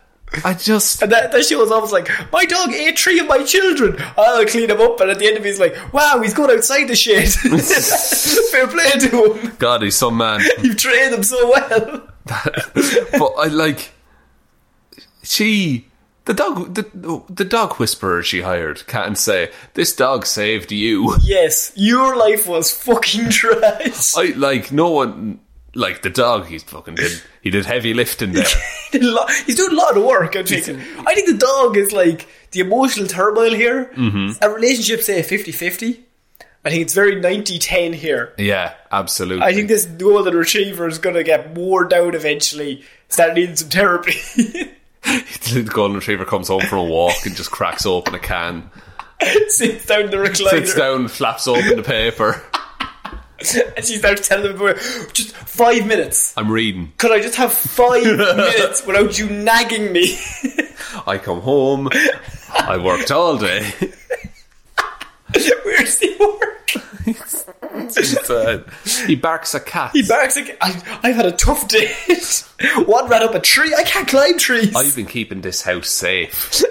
Speaker 2: I just.
Speaker 1: And that, that shit was almost like, my dog ate three of my children. I'll clean him up. And at the end of it, he's like, wow, he's going outside the shit. Fair play to him.
Speaker 2: God, he's some man.
Speaker 1: You've trained him so well.
Speaker 2: but I like. She The dog, the, the dog whisperer she hired can't say, This dog saved you.
Speaker 1: Yes, your life was fucking trash.
Speaker 2: I, like, no one, like, the dog, he's fucking did, he did heavy lifting there.
Speaker 1: Did a lot- he's doing a lot of work. I'm thinking. I think the dog is like the emotional turmoil here. Mm-hmm. A relationship, say, 50 50. I think it's very 90 10 here.
Speaker 2: yeah, absolutely.
Speaker 1: I think this golden retriever is going to get wore down eventually. Start needing some therapy.
Speaker 2: the golden retriever comes home for a walk and just cracks open a can,
Speaker 1: Sits down in the recliner.
Speaker 2: sits down, flaps open the paper.
Speaker 1: And she starts telling him, just five minutes.
Speaker 2: I'm reading.
Speaker 1: Could I just have five minutes without you nagging me?
Speaker 2: I come home. I worked all day.
Speaker 1: Where's the work?
Speaker 2: It's, uh, he barks a cat.
Speaker 1: He barks like, I, I've had a tough day. One ran up a tree. I can't climb trees.
Speaker 2: I've been keeping this house safe.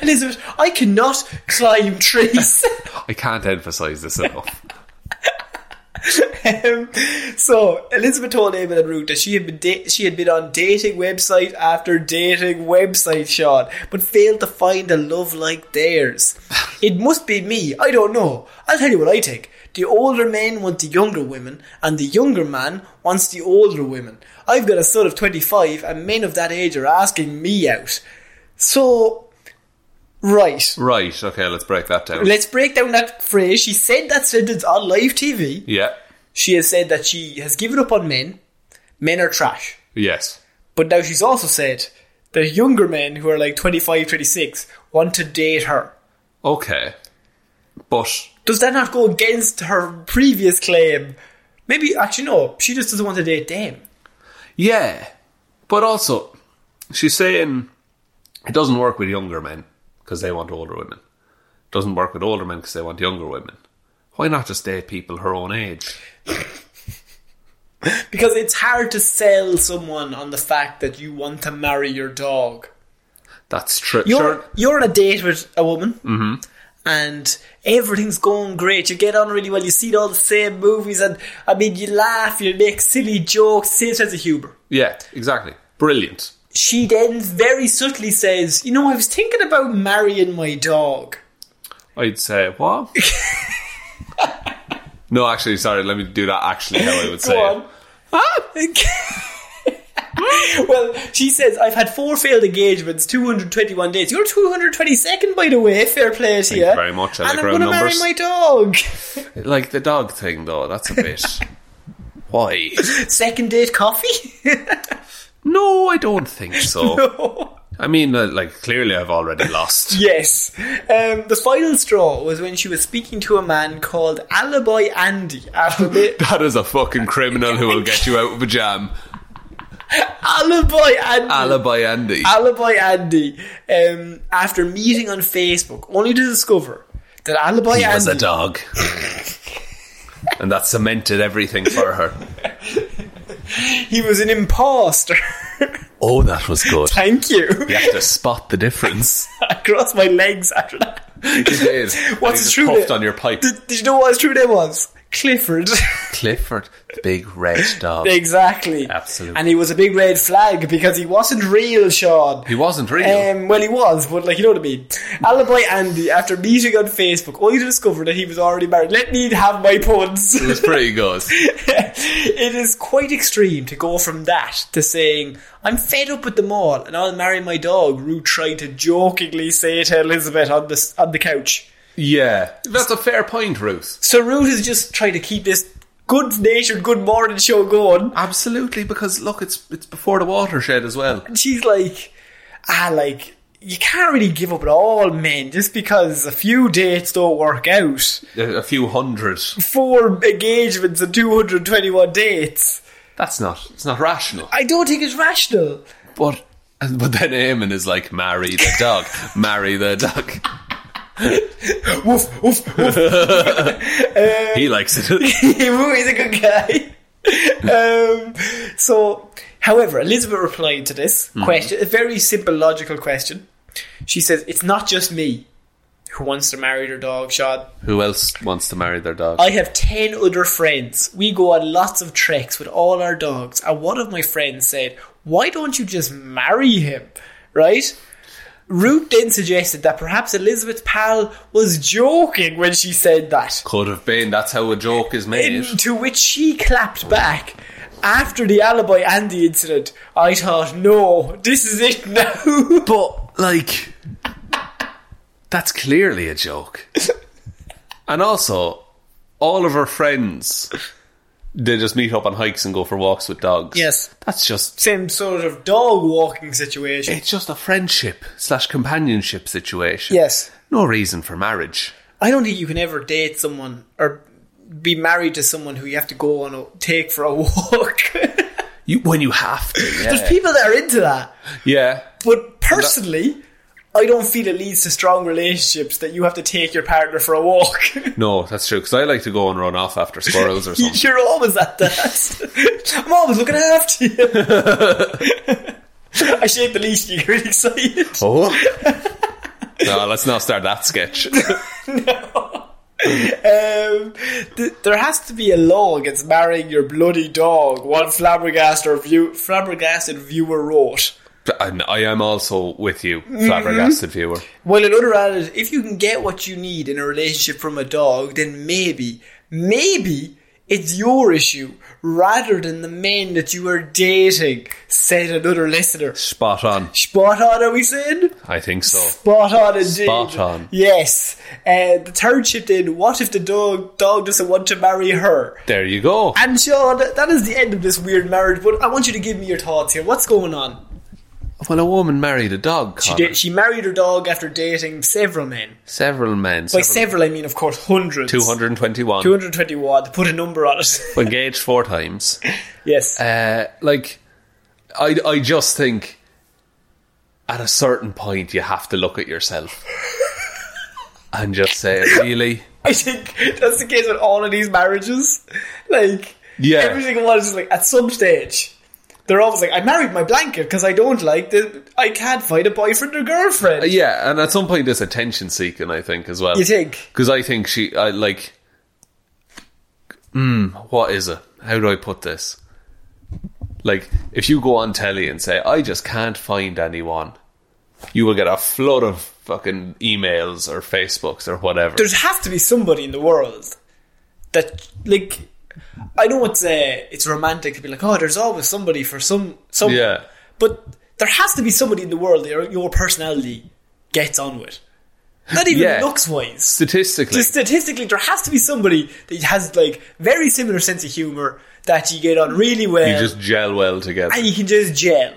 Speaker 1: Elizabeth, I cannot climb trees.
Speaker 2: I can't emphasize this enough.
Speaker 1: um, so Elizabeth told Eamon and Ruth that she had been da- she had been on dating website after dating website, Sean, but failed to find a love like theirs. it must be me. I don't know. I'll tell you what I think. The older men want the younger women, and the younger man wants the older women. I've got a son of 25, and men of that age are asking me out. So, right.
Speaker 2: Right, okay, let's break that down.
Speaker 1: Let's break down that phrase. She said that sentence on live TV.
Speaker 2: yeah,
Speaker 1: She has said that she has given up on men. Men are trash.
Speaker 2: yes.
Speaker 1: But now she's also said that younger men who are like 25, 26 want to date her.
Speaker 2: Okay. But,
Speaker 1: Does that not go against her previous claim? Maybe, actually, no. She just doesn't want to date them.
Speaker 2: yeah. But also, she's saying it doesn't work with younger men because they want older women. doesn't work with older men because they want younger women. Why not just date people her own age?
Speaker 1: Because it's hard to sell someone on the fact that you want to marry your dog.
Speaker 2: That's true.
Speaker 1: You're,
Speaker 2: Sure. Mm-hmm.
Speaker 1: you're on a date with a woman. And everything's going great. You get on really well. You see all the same movies, and I mean, you laugh, you make silly jokes, same sense of humor.
Speaker 2: Yeah, exactly. Brilliant.
Speaker 1: she then very subtly says, You know, I was thinking about marrying my dog.
Speaker 2: I'd say what? no, actually, sorry. Let me do that. Actually, how I would say
Speaker 1: Go
Speaker 2: it.
Speaker 1: on. well, she says, I've had four failed engagements, 221 days. You're 222nd, by the way. Fair play to
Speaker 2: Thank
Speaker 1: you.
Speaker 2: you very much. I
Speaker 1: And
Speaker 2: like
Speaker 1: I'm
Speaker 2: round
Speaker 1: gonna marry
Speaker 2: numbers.
Speaker 1: my dog.
Speaker 2: Like the dog thing, though. That's a bit. Why?
Speaker 1: Second date coffee?
Speaker 2: No, I don't think so. I mean, uh, like clearly, I've already lost.
Speaker 1: yes. Um, the final straw was when she was speaking to a man called Alibi Andy after they-
Speaker 2: That is a fucking criminal who will get you out of a jam.
Speaker 1: Alibi Andy.
Speaker 2: Alibi Andy.
Speaker 1: Alibi Andy, um, after meeting on Facebook, only to discover that Alibi
Speaker 2: he
Speaker 1: Andy
Speaker 2: was a dog. and that cemented everything for her.
Speaker 1: he was an imposter.
Speaker 2: Oh, that was good.
Speaker 1: Thank you.
Speaker 2: You have to spot the difference.
Speaker 1: I crossed my legs after that.
Speaker 2: You did.
Speaker 1: What's
Speaker 2: You
Speaker 1: his
Speaker 2: just
Speaker 1: true
Speaker 2: puffed
Speaker 1: name?
Speaker 2: on your pipe.
Speaker 1: Did, did you know what his true name was? Clifford.
Speaker 2: Clifford, the big red dog.
Speaker 1: exactly.
Speaker 2: Absolutely.
Speaker 1: And he was a big red flag because he wasn't real, Sean.
Speaker 2: He wasn't real.
Speaker 1: Um, well, he was, but like you know what I mean. Alibi Andy, after meeting on Facebook, only to discover that he was already married. Let me have my puns.
Speaker 2: it was pretty good.
Speaker 1: it is quite extreme to go from that to saying, I'm fed up with them all and I'll marry my dog, Ruth tried to jokingly say to Elizabeth on the, on the couch.
Speaker 2: Yeah. That's a fair point, Ruth.
Speaker 1: So Ruth is just trying to keep this good natured good morning show going.
Speaker 2: Absolutely, because look, it's it's before the watershed as well.
Speaker 1: And she's like, ah, like, you can't really give up on all men just because a few dates don't work out.
Speaker 2: A, a few hundred.
Speaker 1: Four engagements and 221 dates.
Speaker 2: That's not it's not rational.
Speaker 1: I don't think it's rational.
Speaker 2: But but then Eamon is like, marry the dog, marry the dog.
Speaker 1: Woof, woof, woof.
Speaker 2: He likes it.
Speaker 1: Who is a good guy? um, so, however, Elizabeth replied to this question, a very simple logical question. She says, It's not just me who wants to marry their dog, Sean.
Speaker 2: Who else wants to marry their dog?
Speaker 1: I have 10 other friends. We go on lots of treks with all our dogs. And one of my friends said, Why don't you just marry him? Right? Root then suggested that perhaps Elizabeth's pal was joking when she said that.
Speaker 2: Could have been. That's how a joke is made.
Speaker 1: In- to which she clapped back. After the alibi and the incident, I thought, no, this is it now.
Speaker 2: But like, that's clearly a joke. and also, all of her friends, they just meet up on hikes and go for walks with dogs.
Speaker 1: Yes.
Speaker 2: that's just
Speaker 1: Same sort of dog walking situation.
Speaker 2: it's just a friendship slash companionship situation.
Speaker 1: Yes.
Speaker 2: no reason for marriage.
Speaker 1: I don't think you can ever date someone or be married to someone who you have to go on a take for a walk.
Speaker 2: You when you have to. Yeah,
Speaker 1: There's people that are into that.
Speaker 2: yeah.
Speaker 1: But personally, I don't feel it leads to strong relationships that you have to take your partner for a walk.
Speaker 2: No, that's true. Because I like to go and run off after squirrels or something.
Speaker 1: You're always at that. I'm always looking after you. I shake the leash, you get really excited.
Speaker 2: oh. No, let's not start that sketch.
Speaker 1: Um, th- there has to be a law against marrying your bloody dog, one flabbergasted, or view- flabbergasted viewer wrote.
Speaker 2: And I am also with you, flabbergasted
Speaker 1: Mm-hmm.
Speaker 2: viewer.
Speaker 1: While another added, if you can get what you need in a relationship from a dog, then maybe, maybe it's your issue rather than the men that you are dating, said another listener.
Speaker 2: Spot on.
Speaker 1: Spot on, are we saying?
Speaker 2: I think so.
Speaker 1: Spot on indeed.
Speaker 2: Spot on.
Speaker 1: Yes. Uh, the third shift in, what if the dog, dog doesn't want to marry her?
Speaker 2: There you go.
Speaker 1: And Sean, that- that is the end of this weird marriage, but I want you to give me your thoughts here. What's going on?
Speaker 2: Well, a woman married a dog.
Speaker 1: She,
Speaker 2: Connor.
Speaker 1: did, she married her dog after dating several men.
Speaker 2: Several men.
Speaker 1: By several, I mean, of course, hundreds.
Speaker 2: 221.
Speaker 1: 221. Put a number on it.
Speaker 2: Engaged four times.
Speaker 1: yes.
Speaker 2: Uh, like, I, I just think at a certain point you have to look at yourself and just say, really?
Speaker 1: I think that's the case with all of these marriages. Like,
Speaker 2: Yeah.
Speaker 1: every single one is just like, at some stage, they're always like, I married my blanket because I don't like the, I can't find a boyfriend or girlfriend.
Speaker 2: Uh, Yeah, and at some point there's attention seeking, I think, as well.
Speaker 1: You think?
Speaker 2: Because I think she, I like, mm, what is it? How do I put this? Like, if you go on telly and say, I just can't find anyone, you will get a flood of fucking emails or Facebooks or whatever.
Speaker 1: There has to be somebody in the world that, like, I know it's uh, it's romantic to be like, oh, there's always somebody for some some,
Speaker 2: Yeah.
Speaker 1: but there has to be somebody in the world that your, your personality gets on with. Not even
Speaker 2: Yeah.
Speaker 1: looks wise.
Speaker 2: Statistically,
Speaker 1: Just statistically, there has to be somebody that has like very similar sense of humor that you get on really well,
Speaker 2: you just gel well together.
Speaker 1: and you can just gel.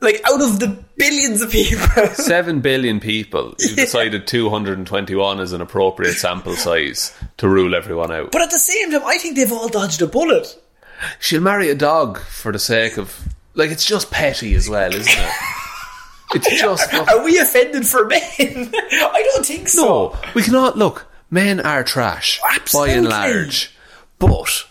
Speaker 1: Like out of the billions of people,
Speaker 2: Seven billion people, you decided 221 is an appropriate sample size to rule everyone out.
Speaker 1: but at the same time, I think they've all dodged a bullet.
Speaker 2: She'll marry a dog for the sake of like it's just petty as well, isn't it? It's just
Speaker 1: Are we offended for men? I don't think so.
Speaker 2: no. Oh, We cannot look. Men are trash by
Speaker 1: Absolutely.
Speaker 2: and large, but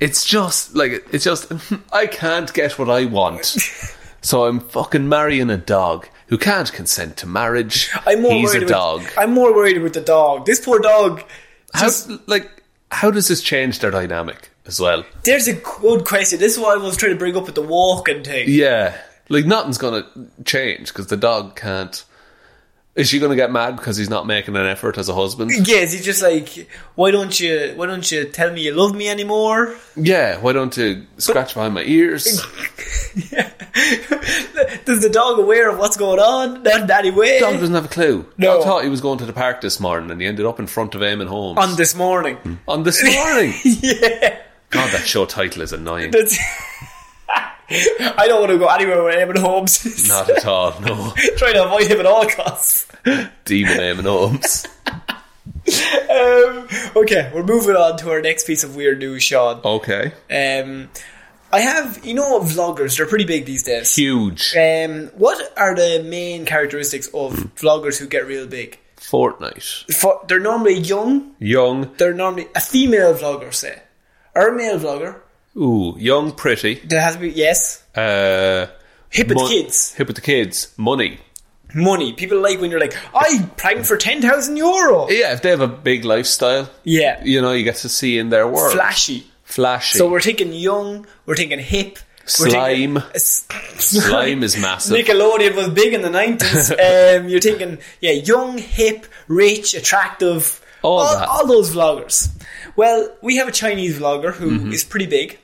Speaker 2: it's just like it's just I can't get what I want, so I'm fucking marrying a dog who can't consent to marriage.
Speaker 1: I'm more
Speaker 2: He's
Speaker 1: worried
Speaker 2: a
Speaker 1: with-
Speaker 2: dog.
Speaker 1: I'm more worried with the dog. This poor dog.
Speaker 2: How, like how does this change their dynamic as well?
Speaker 1: There's a good question. This is what I was trying to bring up with the walking thing.
Speaker 2: Yeah, like nothing's gonna change because the dog can't. Is she gonna get mad because he's not making an effort as a husband?
Speaker 1: Yes, he's just like, why don't you? Why don't you tell me you love me anymore?
Speaker 2: Yeah, why don't you scratch behind my ears?
Speaker 1: Is the dog aware of what's going on? Not in any way.
Speaker 2: Dog doesn't have a clue.
Speaker 1: No.
Speaker 2: I thought he was going to the park this morning, and he ended up in front of Eamon Holmes
Speaker 1: on this morning.
Speaker 2: on this morning. yeah. God, that show title is annoying.
Speaker 1: That's. I don't want to go anywhere with Eamon Holmes. is.
Speaker 2: Not at all. No,
Speaker 1: trying to avoid him at all costs.
Speaker 2: demon Eamon Holmes.
Speaker 1: Um, okay, we're moving on to our next piece of weird news, Sean.
Speaker 2: Okay,
Speaker 1: Um, I have, you know, vloggers. They're pretty big these days.
Speaker 2: huge
Speaker 1: Um, what are the main characteristics of
Speaker 2: Hmm.
Speaker 1: vloggers who get real big?
Speaker 2: Fortnite.
Speaker 1: For, they're normally young.
Speaker 2: Young,
Speaker 1: They're normally a female vlogger, say, or a male vlogger.
Speaker 2: ooh, young, pretty.
Speaker 1: There has to be yes,
Speaker 2: Uh,
Speaker 1: hip with
Speaker 2: mon-
Speaker 1: kids,
Speaker 2: Hip with the kids. Money.
Speaker 1: money. People like when you're like, I pranked for ten thousand euro.
Speaker 2: Yeah, if they have a big lifestyle,
Speaker 1: Yeah,
Speaker 2: you know, you get to see in their world.
Speaker 1: flashy.
Speaker 2: Flashy.
Speaker 1: So we're thinking young. We're thinking hip. We're
Speaker 2: Slime.
Speaker 1: thinking- S-
Speaker 2: Slime is massive.
Speaker 1: Nickelodeon was big in the 90s. um, you're thinking, yeah, young, hip, rich, attractive.
Speaker 2: All
Speaker 1: all,
Speaker 2: that.
Speaker 1: all those vloggers. Well, we have a Chinese vlogger who is
Speaker 2: Mm-hmm.
Speaker 1: pretty big.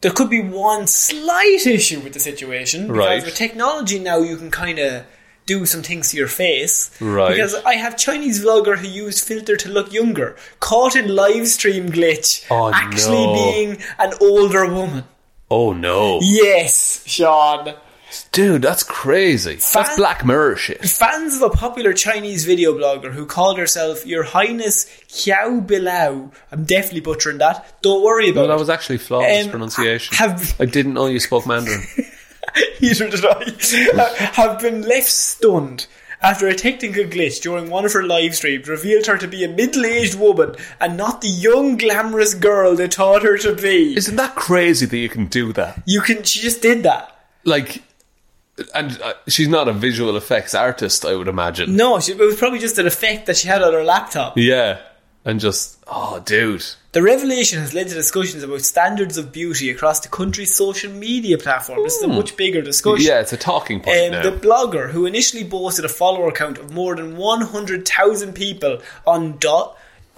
Speaker 1: There could be one slight issue with the situation because
Speaker 2: Right.
Speaker 1: with technology now you can kind of do some things to your face.
Speaker 2: Right.
Speaker 1: Because I have Chinese vlogger who used filter to look younger, caught in live stream glitch,
Speaker 2: Oh,
Speaker 1: actually
Speaker 2: no.
Speaker 1: being an older woman.
Speaker 2: oh no.
Speaker 1: Yes, Sean.
Speaker 2: Dude, that's crazy.
Speaker 1: Fan-
Speaker 2: That's Black Mirror shit.
Speaker 1: Fans of a popular Chinese video blogger who called herself Your Highness Xiao Bilao. I'm definitely butchering that. Don't worry about
Speaker 2: No, that
Speaker 1: it.
Speaker 2: was actually flawless
Speaker 1: Um,
Speaker 2: pronunciation.
Speaker 1: have-
Speaker 2: I didn't know you spoke Mandarin.
Speaker 1: Neither did I. have been left stunned after a technical glitch during one of her live streams revealed her to be a middle-aged woman and not the young glamorous girl they taught her to be.
Speaker 2: Isn't that crazy that you can do that?
Speaker 1: you can. She just did that.
Speaker 2: Like, and uh, she's not a visual effects artist, I would imagine.
Speaker 1: No, she, it was probably just an effect that she had on her laptop.
Speaker 2: Yeah, and just oh, dude,
Speaker 1: The revelation has led to discussions about standards of beauty across the country's social media platform. This is a much bigger discussion.
Speaker 2: Hmm. yeah, it's a talking point
Speaker 1: Um,
Speaker 2: now.
Speaker 1: the blogger who initially boasted a follower count of more than 100,000 people on Do-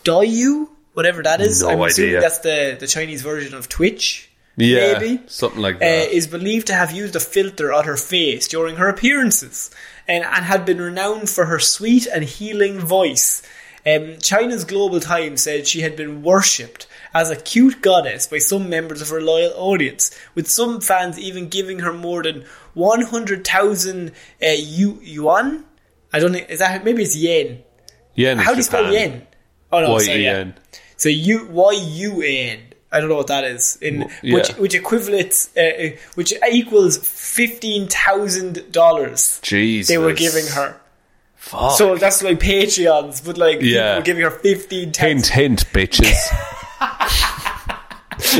Speaker 1: Douyu, whatever that is.
Speaker 2: No
Speaker 1: I'm assuming
Speaker 2: idea.
Speaker 1: that's the, the Chinese version of Twitch.
Speaker 2: yeah,
Speaker 1: maybe.
Speaker 2: something like
Speaker 1: Uh,
Speaker 2: that.
Speaker 1: is believed to have used a filter on her face during her appearances and, and had been renowned for her sweet and healing voice. Um, China's Global Times said she had been worshipped as a cute goddess by some members of her loyal audience, with some fans even giving her more than 100,000 uh, yu- yuan? I don't think, is that, maybe it's yen.
Speaker 2: yen. is
Speaker 1: How do you spell
Speaker 2: Japan.
Speaker 1: yen? Oh
Speaker 2: E
Speaker 1: no, sorry, yeah.
Speaker 2: Y-E-N.
Speaker 1: So you Y U N. I don't know what that is. In
Speaker 2: yeah.
Speaker 1: which which equivalents uh, uh, which equals fifteen thousand dollars
Speaker 2: Jesus.
Speaker 1: they were giving her.
Speaker 2: Fuck.
Speaker 1: So that's like Patreons, but like people
Speaker 2: Yeah.
Speaker 1: were giving her fifteen
Speaker 2: hint,
Speaker 1: thousand.
Speaker 2: hint, bitches.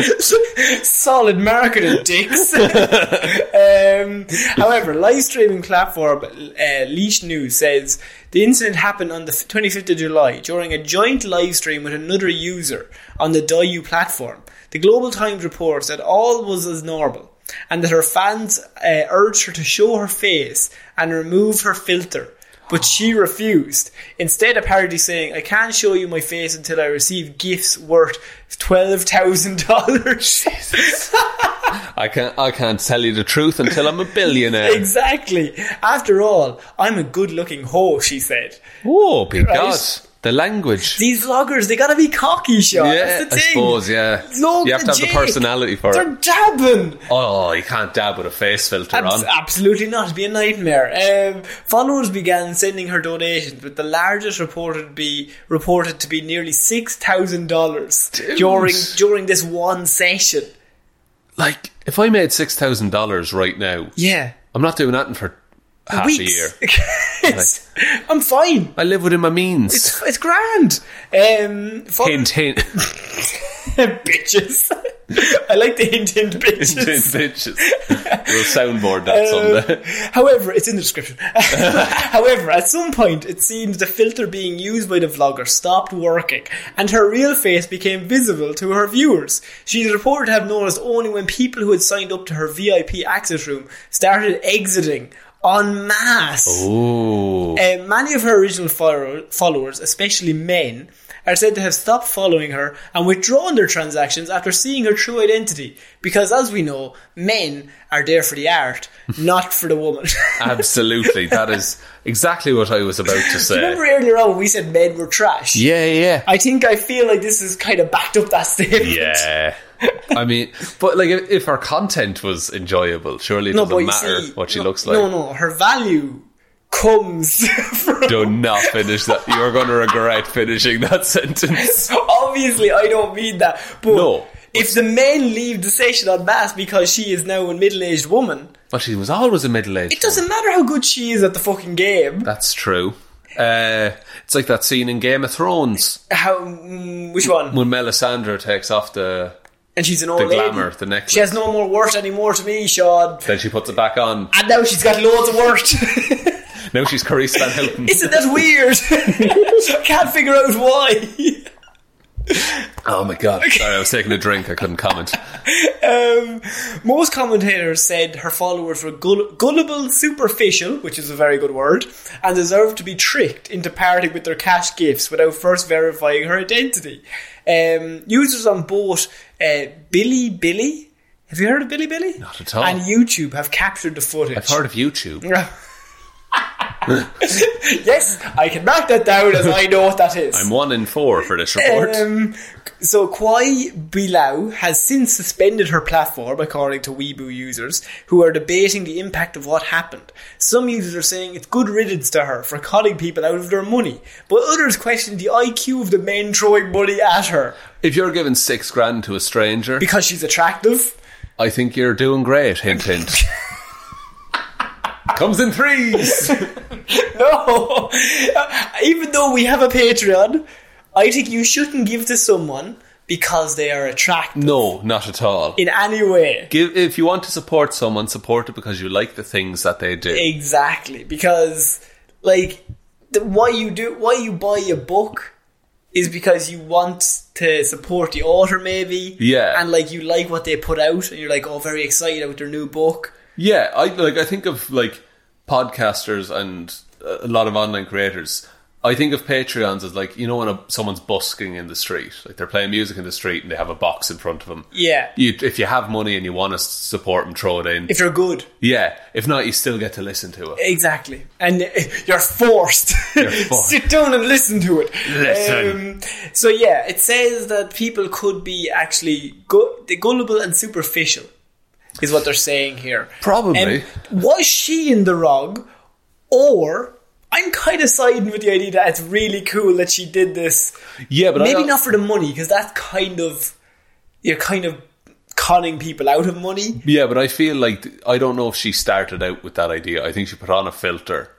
Speaker 1: Solid marketing, dicks. um, however, live streaming platform uh, Leash News says the incident happened on the f- 25th of July during a joint live stream with another user on the Douyu platform. The Global Times reports that all was as normal and that her fans uh, urged her to show her face and remove her filter. But she refused. Instead, apparently saying, "I can't show you my face until I receive gifts worth twelve thousand dollars."
Speaker 2: I can't, I can't tell you the truth until I'm a billionaire.
Speaker 1: Exactly. After all, I'm a good looking hoe, she said.
Speaker 2: Oh, be
Speaker 1: Right.
Speaker 2: God, the language.
Speaker 1: These vloggers, they gotta be cocky, Sean.
Speaker 2: yeah,
Speaker 1: That's
Speaker 2: I
Speaker 1: the thing.
Speaker 2: suppose. Yeah,
Speaker 1: Look
Speaker 2: you have to
Speaker 1: at
Speaker 2: have the
Speaker 1: Jake.
Speaker 2: personality for
Speaker 1: They're
Speaker 2: it.
Speaker 1: dabbing.
Speaker 2: Oh, you can't dab with a face filter
Speaker 1: Abs-
Speaker 2: on.
Speaker 1: absolutely not. It'd be a nightmare. Um, followers began sending her donations, with the largest reported be reported to be nearly six thousand dollars during during this one session.
Speaker 2: like, if I made six thousand dollars right now,
Speaker 1: Yeah,
Speaker 2: I'm not doing nothing for half a
Speaker 1: weeks.
Speaker 2: year.
Speaker 1: It's- I'm fine.
Speaker 2: I live within my means.
Speaker 1: It's, it's grand. Um, fol-
Speaker 2: hint, hint.
Speaker 1: bitches. I like the hint hint bitches.
Speaker 2: bitches. We'll soundboard that
Speaker 1: Uh,
Speaker 2: someday.
Speaker 1: However, it's in the description. However, at some point, it seems the filter being used by the vlogger stopped working, and her real face became visible to her viewers. She is reported to have noticed only when people who had signed up to her VIP access room started exiting en masse.
Speaker 2: Oh. Ooh.
Speaker 1: Uh, many of her original follow- followers, especially men, are said to have stopped following her and withdrawn their transactions after seeing her true identity. Because, as we know, men are there for the art, not for the woman.
Speaker 2: Absolutely. That is exactly what I was about to
Speaker 1: Remember
Speaker 2: say.
Speaker 1: earlier on when we said men were trash?
Speaker 2: Yeah, yeah.
Speaker 1: I think I feel like this has kind of backed up that statement.
Speaker 2: yeah. I mean, but like if, if her content was enjoyable, surely it
Speaker 1: No, but
Speaker 2: doesn't
Speaker 1: you
Speaker 2: matter
Speaker 1: see,
Speaker 2: what she
Speaker 1: no-
Speaker 2: looks like.
Speaker 1: No, no, her value comes from
Speaker 2: Do not finish that. You're going to regret finishing that sentence.
Speaker 1: Obviously, I don't mean that. But
Speaker 2: No.
Speaker 1: if the men leave the session en masse because she is now a middle aged woman,
Speaker 2: But she was always a middle aged.
Speaker 1: it doesn't matter how good she is at the fucking game.
Speaker 2: That's true. Uh, it's like that scene in Game of Thrones
Speaker 1: How? mm, Which one?
Speaker 2: when Melisandre takes off the.
Speaker 1: And she's an old
Speaker 2: The
Speaker 1: lady.
Speaker 2: glamour, the necklace.
Speaker 1: She has no more worth anymore to me, Sean.
Speaker 2: Then she puts it back on.
Speaker 1: And now she's got loads of worth.
Speaker 2: Now she's Carice Van Houten.
Speaker 1: Isn't that weird? Can't figure out why.
Speaker 2: Oh my god! Sorry, I was taking a drink. I couldn't comment.
Speaker 1: Um, most commentators said her followers were gull- gullible, superficial, which is a very good word, and deserved to be tricked into parting with their cash gifts without first verifying her identity. Um, users on both uh, Billy Billy, have you heard of Billy Billy?
Speaker 2: Not at all.
Speaker 1: And YouTube have captured the footage.
Speaker 2: I've heard of YouTube.
Speaker 1: yes, I can mark that down as I know what that is.
Speaker 2: I'm one in four for this report.
Speaker 1: Um, so Kwai Bilau has since suspended her platform, according to Weibo users, who are debating the impact of what happened. Some users are saying it's good riddance to her for conning people out of their money, but others question the IQ of the men throwing money at her
Speaker 2: if you're giving six grand to a stranger,
Speaker 1: because she's attractive.
Speaker 2: I think you're doing great. Hint, hint. Comes in threes.
Speaker 1: No, even though we have a Patreon, I think you shouldn't give to someone because they are attractive
Speaker 2: No, not at all.
Speaker 1: in any way.
Speaker 2: Give if you want to support someone, support it because you like the things that they do.
Speaker 1: Exactly, because like the, why you do why you buy a book is because you want to support the author, maybe.
Speaker 2: Yeah.
Speaker 1: and like you like what they put out, and you're like, oh, very excited about their new book.
Speaker 2: Yeah, I like. I think of like podcasters and a lot of online creators. I think of Patreons as like you know when a, someone's busking in the street, like they're playing music in the street and they have a box in front of them.
Speaker 1: Yeah,
Speaker 2: You, if you have money and you want to s- support them, throw it in.
Speaker 1: if you're good,
Speaker 2: yeah, if not, you still get to listen to it.
Speaker 1: exactly, and uh, you're forced.
Speaker 2: forced.
Speaker 1: Sit down and listen to it.
Speaker 2: Listen.
Speaker 1: Um, so yeah, it says that people could be actually gu- gullible and superficial, is what they're saying here.
Speaker 2: Probably.
Speaker 1: Um, was she in the wrong, or I'm kind of siding with the idea that it's really cool that she did this.
Speaker 2: Yeah, but I
Speaker 1: Maybe
Speaker 2: don't-
Speaker 1: not for the money, because that's kind of you're kind of conning people out of money.
Speaker 2: Yeah, but I feel like th- I don't know if she started out with that idea. I think she put on a filter,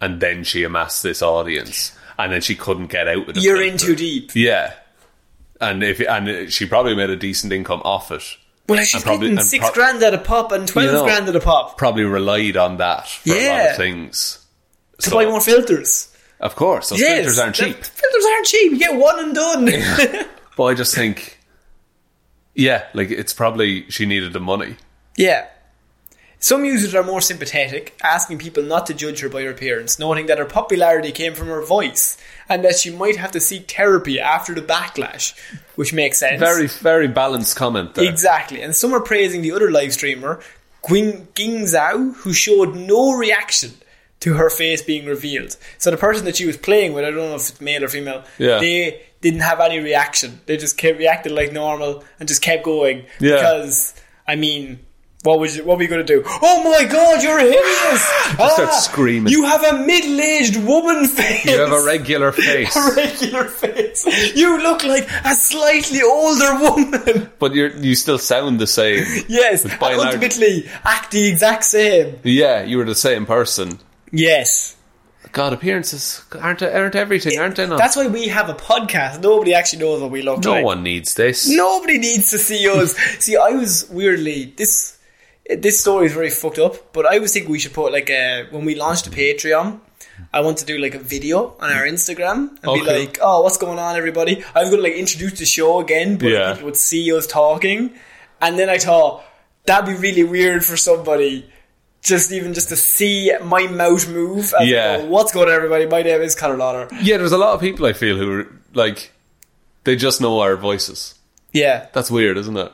Speaker 2: and then she amassed this audience, and then she couldn't get out with it.
Speaker 1: You're in too deep.
Speaker 2: Yeah, and if and she probably made a decent income off it.
Speaker 1: Well, like, she's
Speaker 2: And probably-
Speaker 1: getting
Speaker 2: and
Speaker 1: six
Speaker 2: prob-
Speaker 1: grand at a pop and twelve
Speaker 2: You know,
Speaker 1: grand at a pop
Speaker 2: Probably relied on that for a lot
Speaker 1: Yeah.
Speaker 2: of things.
Speaker 1: to buy more filters.
Speaker 2: Of course, those
Speaker 1: Yes,
Speaker 2: filters aren't
Speaker 1: the
Speaker 2: cheap.
Speaker 1: Filters aren't cheap. You get one and done.
Speaker 2: But I just think, yeah, like it's probably she needed the money.
Speaker 1: Yeah. Some users are more sympathetic, asking people not to judge her by her appearance, noting that her popularity came from her voice and that she might have to seek therapy after the backlash, which makes sense.
Speaker 2: Very, very balanced comment there.
Speaker 1: exactly. And some are praising the other live streamer, Gwyn Ging Zhao, who showed no reaction to her face being revealed. So the person that she was playing with, I don't know if it's male or female,
Speaker 2: Yeah.
Speaker 1: they didn't have any reaction. They just kept reacted like normal and just kept going.
Speaker 2: Yeah.
Speaker 1: Because I mean what was what were you gonna do? Oh my god, you're hideous! Ah,
Speaker 2: start screaming.
Speaker 1: You have a middle aged woman face.
Speaker 2: You have a regular face,
Speaker 1: A regular face. You look like a slightly older woman.
Speaker 2: but you you still sound the same.
Speaker 1: Yes,
Speaker 2: But
Speaker 1: and
Speaker 2: by and large-
Speaker 1: ultimately act the exact same.
Speaker 2: Yeah, you were the same person.
Speaker 1: Yes.
Speaker 2: God, appearances aren't aren't everything, aren't they? Not?
Speaker 1: That's why we have a podcast. Nobody actually knows what we look
Speaker 2: no
Speaker 1: like.
Speaker 2: one needs this.
Speaker 1: Nobody needs to see us. see, I was weirdly this this story is very fucked up, but I was thinking we should put like a when we launched the Patreon. I want to do like a video on our Instagram and be
Speaker 2: Okay.
Speaker 1: like, "Oh, what's going on, everybody?" I was going to like introduce the show again, but
Speaker 2: Yeah.
Speaker 1: people would see us talking, and then I thought that'd be really weird for somebody. Just even just to see my mouth move. and
Speaker 2: Yeah.
Speaker 1: go, what's going on, everybody? My name is Conor Lauder.
Speaker 2: Yeah, there's a lot of people I feel who are like they just know our voices.
Speaker 1: Yeah,
Speaker 2: That's weird, isn't it?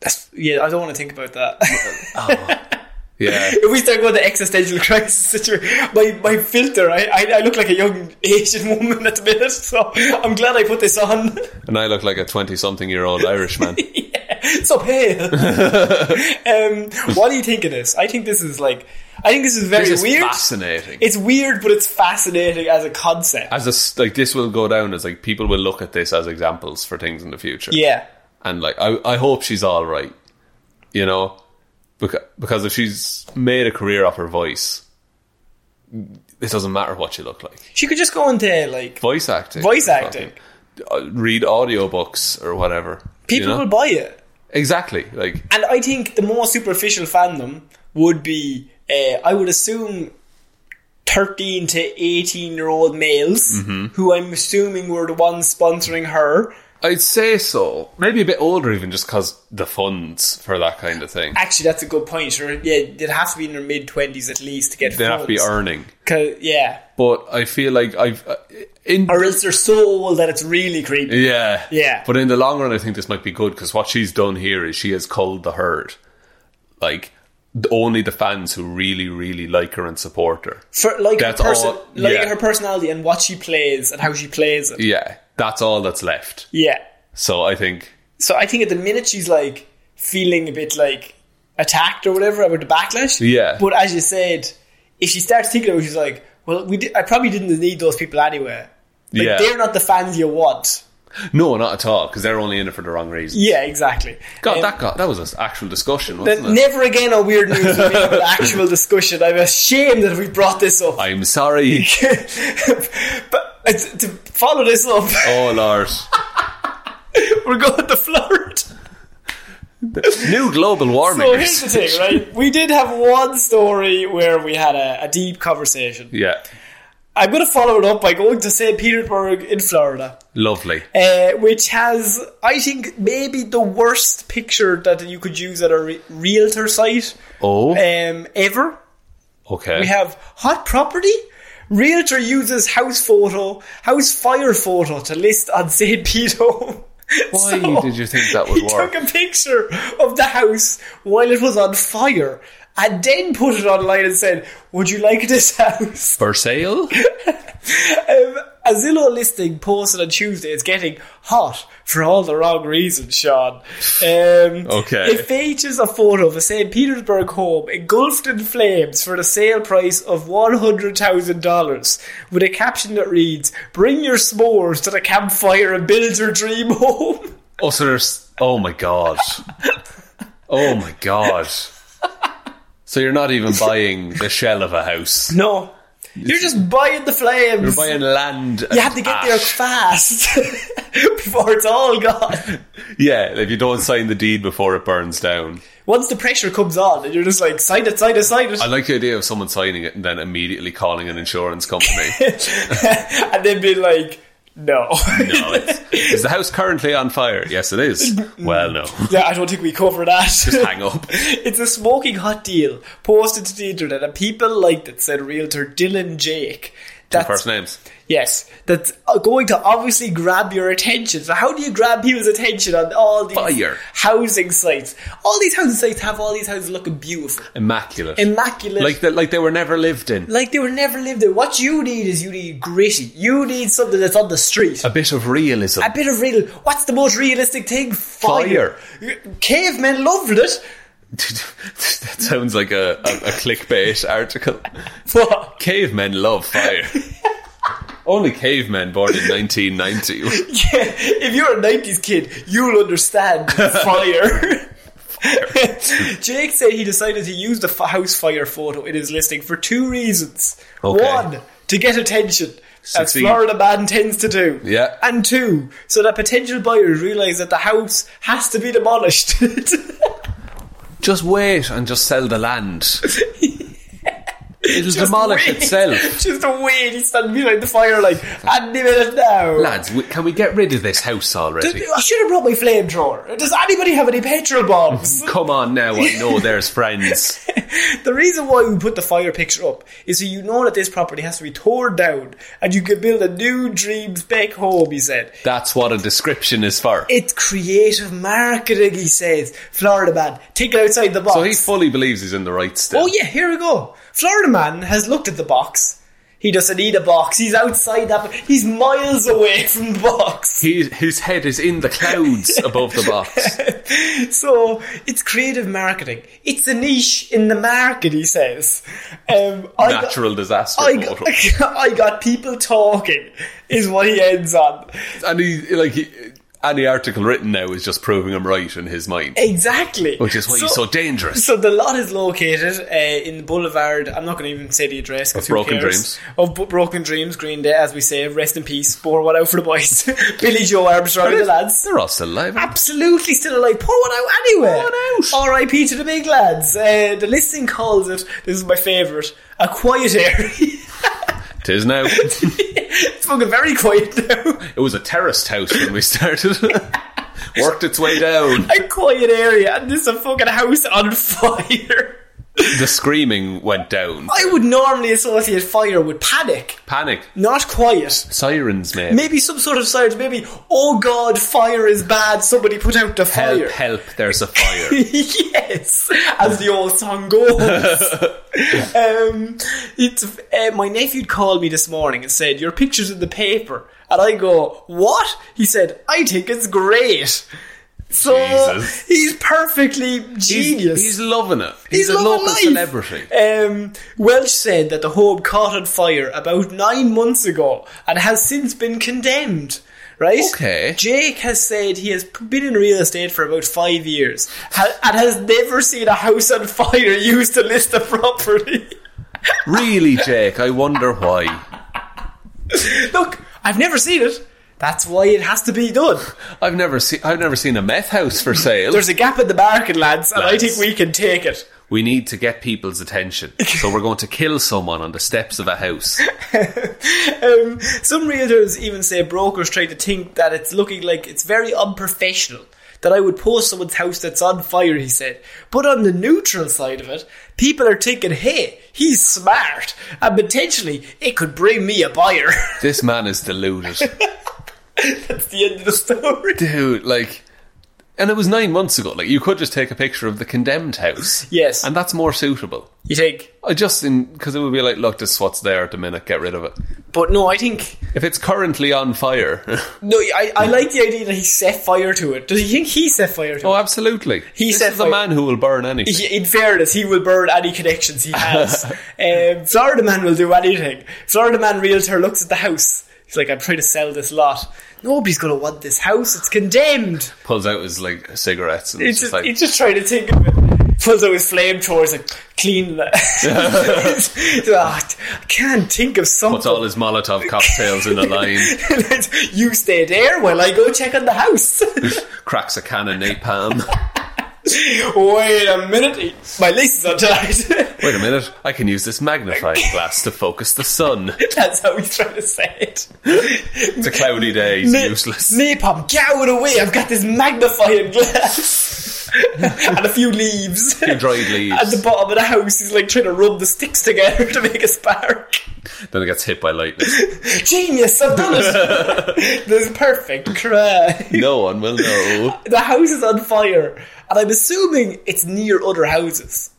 Speaker 1: that's yeah. I don't want to think about that.
Speaker 2: Yeah.
Speaker 1: If we start going to existential crisis situation, my, my filter, I, I, I look like a young Asian woman at the minute, so I'm glad I put this on.
Speaker 2: and I look like a twenty-something-year-old Irishman.
Speaker 1: so pale. um, what do you think of this? I think this is like, I think this is very
Speaker 2: this is
Speaker 1: weird.
Speaker 2: fascinating.
Speaker 1: It's weird, but it's fascinating as a concept.
Speaker 2: as a s like this will go down as like people will look at this as examples for things in the future.
Speaker 1: yeah.
Speaker 2: and like I, I hope she's all right. You know, because because if she's made a career off her voice, it doesn't matter what you look like.
Speaker 1: She could just go into like,
Speaker 2: Voice acting,
Speaker 1: Voice
Speaker 2: or
Speaker 1: acting.
Speaker 2: fucking- uh, read audiobooks or whatever. you
Speaker 1: people
Speaker 2: know?
Speaker 1: will buy it.
Speaker 2: exactly like
Speaker 1: And I think the more superficial fandom would be, uh, I would assume, 13
Speaker 2: Mm-hmm.
Speaker 1: to 18 year old males, who I'm assuming were the ones sponsoring her,
Speaker 2: I'd say so. Maybe a bit older, even just because the funds for that kind of thing.
Speaker 1: Actually, that's a good point. Sure, yeah, they'd have to be in their mid twenties at least to get.
Speaker 2: They'd have to be
Speaker 1: phones.
Speaker 2: earning.
Speaker 1: 'Cause- yeah,
Speaker 2: But I feel like I've uh, in
Speaker 1: or else they're so old that it's really creepy.
Speaker 2: yeah
Speaker 1: Yeah.
Speaker 2: But in the long run, I think this might be good because what she's done here is she has culled the herd, like th- only the fans who really, really like her and support her.
Speaker 1: For like
Speaker 2: That's
Speaker 1: her person,
Speaker 2: all-
Speaker 1: like
Speaker 2: yeah.
Speaker 1: her personality and what she plays and how she plays it.
Speaker 2: Yeah, that's all that's left.
Speaker 1: Yeah.
Speaker 2: So I think
Speaker 1: So I think at the minute she's like feeling a bit like attacked or whatever about the backlash.
Speaker 2: Yeah.
Speaker 1: But as you said, if she starts thinking about, it, she's like, well, we di- I probably didn't need those people anyway. Like,
Speaker 2: Yeah.
Speaker 1: They're not the fans you want.
Speaker 2: no, not at all because they're only in it for the wrong reason.
Speaker 1: Yeah, exactly.
Speaker 2: God,
Speaker 1: Um,
Speaker 2: that got that was an actual discussion,
Speaker 1: But
Speaker 2: wasn't it?
Speaker 1: never again on Weird News will we have an actual discussion. I'm ashamed that we brought this up.
Speaker 2: I'm sorry.
Speaker 1: but uh, to, to follow this up,
Speaker 2: oh Lars.
Speaker 1: we're going to Florida.
Speaker 2: New global warming.
Speaker 1: So here's the thing, right? We did have one story where we had a, a deep conversation.
Speaker 2: Yeah.
Speaker 1: I'm going to follow it up by going to St. Petersburg in Florida,
Speaker 2: Lovely.
Speaker 1: uh, which has, I think, maybe the worst picture that you could use at a re- realtor site
Speaker 2: Oh.
Speaker 1: um, ever.
Speaker 2: Okay.
Speaker 1: We have hot property. Realtor uses house photo, house fire photo to list on St. Pito.
Speaker 2: Why did you think that would
Speaker 1: he
Speaker 2: work?
Speaker 1: took a picture of the house while it was on fire and then put it online and said, Would you like this house?
Speaker 2: for sale?
Speaker 1: Um, a Zillow listing posted on Tuesday is getting hot for all the wrong reasons, Sean. Um,
Speaker 2: Okay.
Speaker 1: It features a photo of a St. Petersburg home engulfed in flames for the sale price of $100,000 with a caption that reads, Bring your s'mores to the campfire and build your dream home.
Speaker 2: Oh, so there's. Oh my god. Oh my god. So you're not even buying the shell of a house.
Speaker 1: No. You're just buying the flames.
Speaker 2: You're buying land.
Speaker 1: you have to get there fast before it's all gone.
Speaker 2: Yeah, if you don't sign the deed before it burns down.
Speaker 1: Once the pressure comes on, and you're just like, sign it, sign it, sign it.
Speaker 2: I like the idea of someone signing it and then immediately calling an insurance company.
Speaker 1: and then be like, no.
Speaker 2: No, it's, is the house currently on fire? Yes, it is. Well, no.
Speaker 1: yeah, I don't think we cover that.
Speaker 2: Just hang up.
Speaker 1: it's a smoking hot deal posted to the internet, and people liked it, said realtor Dylan Jake.
Speaker 2: Two
Speaker 1: That's,
Speaker 2: first names.
Speaker 1: Yes, that's uh, going to obviously grab your attention. So, how do you grab people's attention on all these
Speaker 2: Fire.
Speaker 1: housing sites? All these housing sites have all these houses looking beautiful,
Speaker 2: Immaculate.
Speaker 1: immaculate,
Speaker 2: like, the, like they were never lived in.
Speaker 1: like they were never lived in. What you need is you need gritty. You need something that's on the street.
Speaker 2: A bit of realism.
Speaker 1: A bit of real. What's the most realistic thing? Fire. Cavemen loved it.
Speaker 2: that sounds like a, a, a clickbait article.
Speaker 1: What?
Speaker 2: Cavemen love fire. Only cavemen born in 1990.
Speaker 1: Yeah, if you're a 90s kid, you'll understand fire. Jake said he decided to use the f- house fire photo in his listing for two reasons.
Speaker 2: Okay.
Speaker 1: One, to get attention, as
Speaker 2: Succeed.
Speaker 1: Florida man tends to do.
Speaker 2: Yeah.
Speaker 1: And two, so that potential buyers realize that the house has to be demolished.
Speaker 2: Just wait and just sell the land. It'll
Speaker 1: Just
Speaker 2: demolish
Speaker 1: wait.
Speaker 2: itself.
Speaker 1: Just a wait. He's standing behind the fire, like, any minute now.
Speaker 2: Lads, we, can we get rid of this house already?
Speaker 1: I should have brought my flamethrower. Does anybody have any petrol bombs?
Speaker 2: Come on now, I know there's friends.
Speaker 1: the reason why we put the fire picture up is so you know that this property has to be torn down and you can build a new dream spec home, he said.
Speaker 2: That's what a description is for.
Speaker 1: It's creative marketing, he says. Florida man, think outside the box.
Speaker 2: So he fully believes he's in the right still.
Speaker 1: Oh yeah, here we go. Florida man has looked at the box. He doesn't need a box. He's outside that. He's miles away from the box.
Speaker 2: He, his head is in the clouds above the box.
Speaker 1: So it's creative marketing. It's a niche in the market. He says. Um, I got-
Speaker 2: Natural disaster.
Speaker 1: I
Speaker 2: photo.
Speaker 1: got, I got people talking. Is what he ends on.
Speaker 2: any like he, any article written now is just proving him right in his mind,
Speaker 1: Exactly.
Speaker 2: which is why he's so dangerous.
Speaker 1: So the lot is located uh, in Boulevard. I'm not going to even say the address. 'cause
Speaker 2: Of
Speaker 1: who
Speaker 2: Broken
Speaker 1: cares?
Speaker 2: Dreams.
Speaker 1: Of Bo- Broken Dreams, Green Day, as we say, rest in peace. Pour one out for the boys. Billy Joe Armstrong and the lads.
Speaker 2: They're all still alive.
Speaker 1: absolutely still alive. Pour one out anyway.
Speaker 2: Pour one
Speaker 1: R.I.P. to the big lads. Uh, the listing calls it. This is my favourite. A quiet area.
Speaker 2: Tis now. it
Speaker 1: It's fucking very quiet now.
Speaker 2: was a terraced house when we started. Worked its way down.
Speaker 1: a quiet area, and this is a fucking house on fire.
Speaker 2: The screaming went down.
Speaker 1: I would normally associate fire with panic,
Speaker 2: Panic.
Speaker 1: not quiet.
Speaker 2: Sirens, man.
Speaker 1: Maybe some sort of sirens. Maybe, oh god, fire is bad. Somebody put out the
Speaker 2: help,
Speaker 1: fire.
Speaker 2: help, there's a fire.
Speaker 1: yes, as the old song goes. um, it's, uh, my nephew called me this morning and said, Your picture's in the paper. And I go, What? He said, I think it's great. So
Speaker 2: Jesus.
Speaker 1: he's perfectly
Speaker 2: He's-
Speaker 1: genius.
Speaker 2: He's, loving it.
Speaker 1: He's
Speaker 2: He's, a
Speaker 1: loving
Speaker 2: local
Speaker 1: life.
Speaker 2: celebrity.
Speaker 1: Um, Welch said that the home caught on fire about nine months ago and has since been condemned. Right?
Speaker 2: Okay.
Speaker 1: Jake has said he has been in real estate for about five years ha- and has never seen a house on fire used to list the property.
Speaker 2: Really, Jake, I wonder why.
Speaker 1: Look, I've never seen it. That's why it has to be done.
Speaker 2: I've never seen I've never seen a meth house for sale.
Speaker 1: There's a gap in the market, lads, and I
Speaker 2: Lads.
Speaker 1: think we can take it.
Speaker 2: we need to get people's attention. So we're going to kill someone on the steps of a house.
Speaker 1: um, some realtors even say brokers try to think that it's looking like it's very unprofessional that I would post someone's house that's on fire, he said. But on the neutral side of it, people are thinking, hey, he's smart, and potentially it could bring me a buyer.
Speaker 2: This man is deluded.
Speaker 1: that's the end of the story.
Speaker 2: Dude, like and it was nine months ago. Like you could just take a picture of the condemned house.
Speaker 1: Yes.
Speaker 2: And that's more suitable.
Speaker 1: You think?
Speaker 2: I just in because it would be like, look, this is what's there at the minute, get rid of it.
Speaker 1: But no, I think.
Speaker 2: If it's currently on fire
Speaker 1: No, I, I like the idea that he set fire to it. Does he think he set fire to
Speaker 2: Oh
Speaker 1: it?
Speaker 2: absolutely.
Speaker 1: He
Speaker 2: this
Speaker 1: said
Speaker 2: is a
Speaker 1: fire-
Speaker 2: man who will burn anything.
Speaker 1: He- in fairness, he will burn any connections he has. um, Florida man will do anything. Florida man realtor looks at the house. He's like, I'm trying to sell this lot. Nobody's going to want this house. It's condemned.
Speaker 2: Pulls out his like cigarettes and
Speaker 1: It's
Speaker 2: it's
Speaker 1: just,
Speaker 2: just like
Speaker 1: he's just trying to think of it. Pulls out his flamethrowers and clean that. He's like, "Ah, I can't think of something.
Speaker 2: puts all his Molotov cocktails in a line,
Speaker 1: you stay there while I go check on the house.
Speaker 2: cracks a can of napalm.
Speaker 1: Wait a minute. My laces are tied.
Speaker 2: Wait a minute, I can use this magnifying glass to focus the sun.
Speaker 1: That's how he's trying to say it.
Speaker 2: It's a cloudy day, it's useless.
Speaker 1: Napalm, get out of the way! I've got this magnifying glass and a few leaves.
Speaker 2: Few dried leaves.
Speaker 1: At the bottom of the house, he's like trying to rub the sticks together to make a spark.
Speaker 2: Then it gets hit by lightning.
Speaker 1: Genius! I've done it. this perfect cry.
Speaker 2: No one will know.
Speaker 1: The house is on fire, and I'm assuming it's near other houses.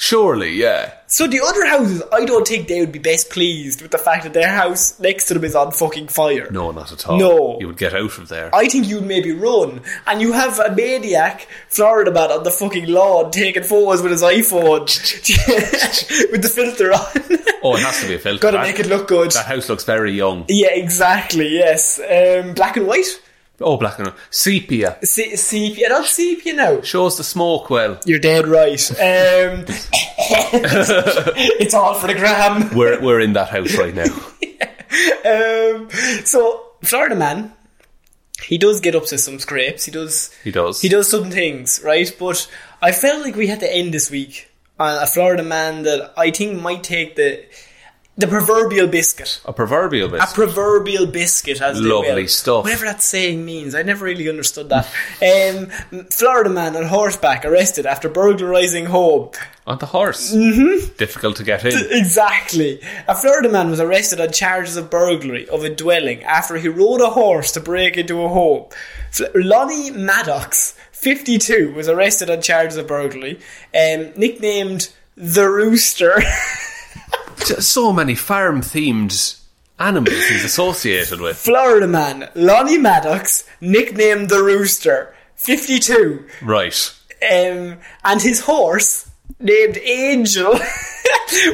Speaker 2: Surely, yeah.
Speaker 1: So the other houses, I don't think they would be best pleased with the fact that their house next to them is on fucking fire.
Speaker 2: No, not at all.
Speaker 1: No.
Speaker 2: You would get out of there.
Speaker 1: I think you'd maybe run, and you have a maniac Florida man on the fucking lawn taking photos with his iPhone with the filter on.
Speaker 2: Oh, it has to be a filter.
Speaker 1: Gotta
Speaker 2: That-
Speaker 1: make it look good.
Speaker 2: That house looks very young.
Speaker 1: Yeah, exactly. Yes, um, black and white.
Speaker 2: Oh, black and sepia.
Speaker 1: Se- sepia, not sepia now.
Speaker 2: Shows the smoke well.
Speaker 1: You're dead right. Um, it's all for the gram.
Speaker 2: We're we're in that house right now.
Speaker 1: Um, so Florida man, he does get up to some scrapes. He does.
Speaker 2: He does.
Speaker 1: He does some things, right? But I felt like we had to end this week on a Florida man that I think might take the the proverbial biscuit.
Speaker 2: A proverbial
Speaker 1: A
Speaker 2: bit.
Speaker 1: proverbial biscuit, as they
Speaker 2: Lovely
Speaker 1: will.
Speaker 2: stuff.
Speaker 1: Whatever that saying means, I never really understood that. um, Florida man on horseback arrested after burglarizing home.
Speaker 2: On the horse. Mm-hmm. Difficult to get in.
Speaker 1: Exactly. A Florida man was arrested on charges of burglary of a dwelling after he rode a horse to break into a home. Fl- Lonnie Maddox, 52, was arrested on charges of burglary, um, nicknamed the Rooster.
Speaker 2: so many farm themed animals he's associated with.
Speaker 1: Florida man, Lonnie Maddox, nicknamed the Rooster, 52,
Speaker 2: Right.
Speaker 1: um, and his horse, named Angel,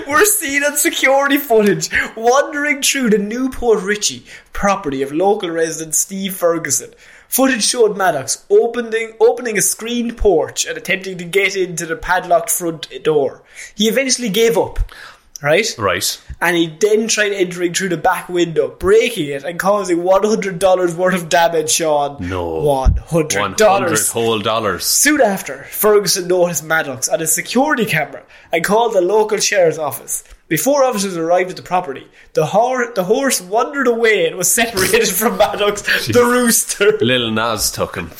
Speaker 1: were seen on security footage wandering through the Newport Ritchie property of local resident Steve Ferguson. Footage showed Maddox opening opening a screened porch and attempting to get into the padlocked front door. He eventually gave up. right?
Speaker 2: Right.
Speaker 1: And he then tried entering through the back window, breaking it and causing $100 worth of damage, Sean.
Speaker 2: No.
Speaker 1: $100.
Speaker 2: 100 whole dollars.
Speaker 1: Soon after, Ferguson noticed Maddox on a security camera and called the local sheriff's office. Before officers arrived at the property, the, hor- the horse wandered away and was separated from Maddox, the rooster.
Speaker 2: Little Nas took him.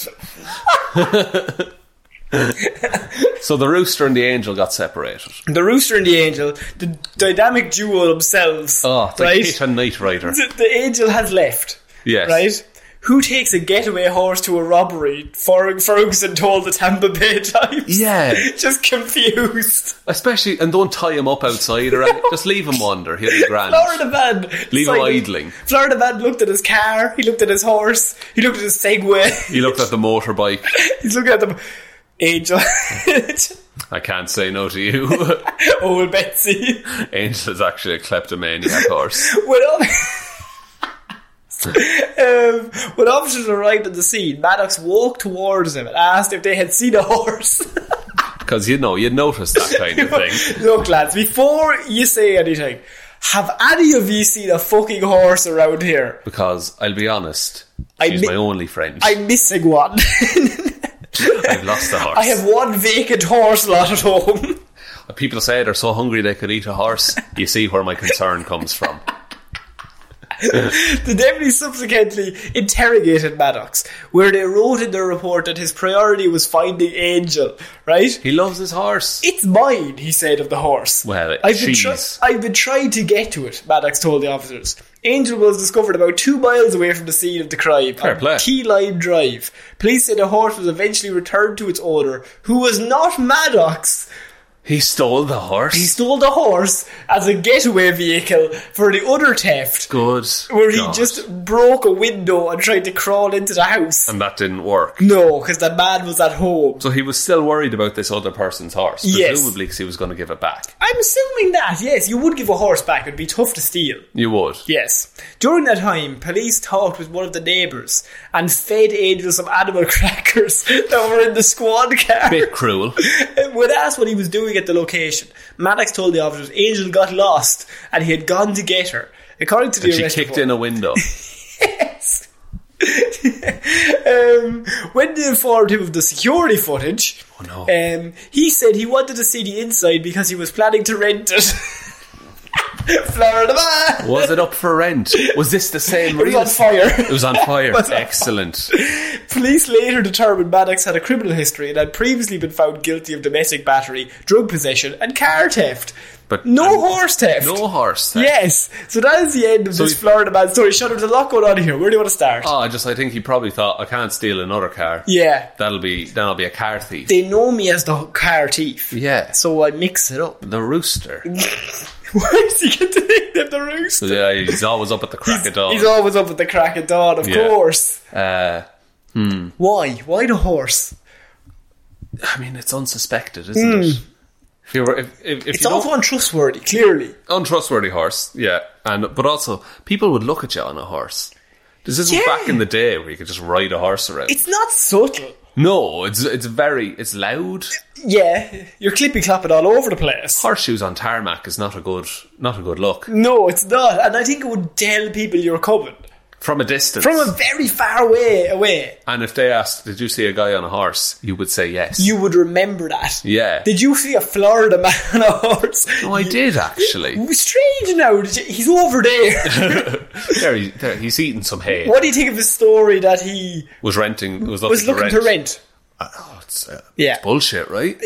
Speaker 2: so the rooster and the angel got separated.
Speaker 1: The rooster and the angel, the dynamic duo themselves.
Speaker 2: Oh, it's like Kate and Knight Rider.
Speaker 1: the, the angel has left.
Speaker 2: Yes.
Speaker 1: Right? Who takes a getaway horse to a robbery? Fer- Ferguson told the Tampa Bay Times.
Speaker 2: Yeah.
Speaker 1: Just confused.
Speaker 2: Especially, and don't tie him up outside or anything. Just leave him wander. He'll be grand.
Speaker 1: Florida man.
Speaker 2: Leave him
Speaker 1: Simon-
Speaker 2: idling.
Speaker 1: Florida man looked at his car. He looked at his horse. He looked at his Segway.
Speaker 2: He looked at the motorbike.
Speaker 1: He's looking at the angel.
Speaker 2: I can't say no to you.
Speaker 1: Old Betsy.
Speaker 2: Angel is actually a kleptomaniac horse.
Speaker 1: When, um, when officers arrived at the scene, Maddox walked towards him and asked if they had seen a horse.
Speaker 2: Because, you know, you'd notice that kind of thing.
Speaker 1: Look, lads, before you say anything, have any of you seen a fucking horse around here?
Speaker 2: Because, I'll be honest,
Speaker 1: I
Speaker 2: she's
Speaker 1: mi-
Speaker 2: my only friend. I,
Speaker 1: I'm missing one.
Speaker 2: have lost the horse.
Speaker 1: I have one vacant horse lot at home.
Speaker 2: People say they're so hungry they could eat a horse. You see where my concern comes from.
Speaker 1: The deputy subsequently interrogated Maddox, where they wrote in their report that his priority was finding Angel, right?
Speaker 2: He loves his horse.
Speaker 1: It's mine, he said of the horse.
Speaker 2: Well,
Speaker 1: I've been,
Speaker 2: she's-
Speaker 1: I've been trying to get to it, Maddox told the officers. Angel was discovered about two miles away from the scene of the crime
Speaker 2: Fair
Speaker 1: on
Speaker 2: play.
Speaker 1: Key Lime Drive. Police said the horse was eventually returned to its owner, who was not Maddox.
Speaker 2: He stole the horse.
Speaker 1: He stole the horse as a getaway vehicle for the other theft,
Speaker 2: good.
Speaker 1: where he
Speaker 2: God.
Speaker 1: just broke a window and tried to crawl into the house.
Speaker 2: and that didn't work.
Speaker 1: no, because the man was at home.
Speaker 2: So he was still worried about this other person's horse,
Speaker 1: Yes.
Speaker 2: presumably because he was going to give it back.
Speaker 1: I'm assuming that, yes, you would give a horse back, it'd be tough to steal.
Speaker 2: You would.
Speaker 1: Yes. During that time, police talked with one of the neighbours and fed Angel some animal crackers that were in the squad car.
Speaker 2: Bit cruel.
Speaker 1: When asked what he was doing at the location, Maddox told the officers Angel got lost and he had gone to get her. According to the
Speaker 2: And she
Speaker 1: arrest
Speaker 2: kicked
Speaker 1: report-
Speaker 2: in a window.
Speaker 1: um, when they informed him of the security footage,
Speaker 2: Oh, no.
Speaker 1: um, he said he wanted to see the inside because he was planning to rent it. Florida man!
Speaker 2: Was it up for rent? Was this the same
Speaker 1: It was
Speaker 2: real-
Speaker 1: on fire.
Speaker 2: It was on fire.
Speaker 1: was on
Speaker 2: Excellent.
Speaker 1: Police later determined Maddox had a criminal history and had previously been found guilty of domestic battery, drug possession, and car theft.
Speaker 2: But
Speaker 1: no
Speaker 2: and-
Speaker 1: horse theft.
Speaker 2: No horse. Theft.
Speaker 1: Yes. So that is the end of this
Speaker 2: he-
Speaker 1: Florida man story. Shut up, there's a lot going on here. Where do you want to start?
Speaker 2: Oh, I just I think he probably thought I can't steal another car.
Speaker 1: yeah.
Speaker 2: That'll be that'll be a car thief.
Speaker 1: They know me as the car thief.
Speaker 2: Yeah.
Speaker 1: So I mix it up.
Speaker 2: The rooster.
Speaker 1: Where does he get the nickname the rooster?
Speaker 2: yeah, he's always up at the crack of dawn.
Speaker 1: He's always up at the crack of dawn, of
Speaker 2: Yeah.
Speaker 1: course.
Speaker 2: uh,
Speaker 1: Why? Why the horse?
Speaker 2: I mean, it's unsuspected, isn't it? If you were, if, if, if
Speaker 1: Hmm. It's
Speaker 2: you don't-
Speaker 1: also untrustworthy, clearly.
Speaker 2: untrustworthy horse, yeah, and but also people would look at you on a horse. This isn't
Speaker 1: Yeah.
Speaker 2: back in the day where you could just ride a horse around.
Speaker 1: It's not subtle.
Speaker 2: no, it's it's very it's loud.
Speaker 1: Yeah, you're clippy clapping all over the place.
Speaker 2: Horseshoes on tarmac is not a good not a good look
Speaker 1: No, it's not. And I think it would tell people you're coming
Speaker 2: from a distance.
Speaker 1: from a very far way away.
Speaker 2: and if they asked, "Did you see a guy on a horse?" you would say yes.
Speaker 1: You would remember that.
Speaker 2: Yeah.
Speaker 1: Did you see a Florida man on a horse?
Speaker 2: No, Oh, I did actually.
Speaker 1: Strange now. Did you- He's over there.
Speaker 2: there, he, there, he's eating some hay.
Speaker 1: what do you think of his story that he
Speaker 2: Was renting. Was looking,
Speaker 1: was looking to rent?
Speaker 2: Oh, it's, uh,
Speaker 1: Yeah.
Speaker 2: bullshit, right?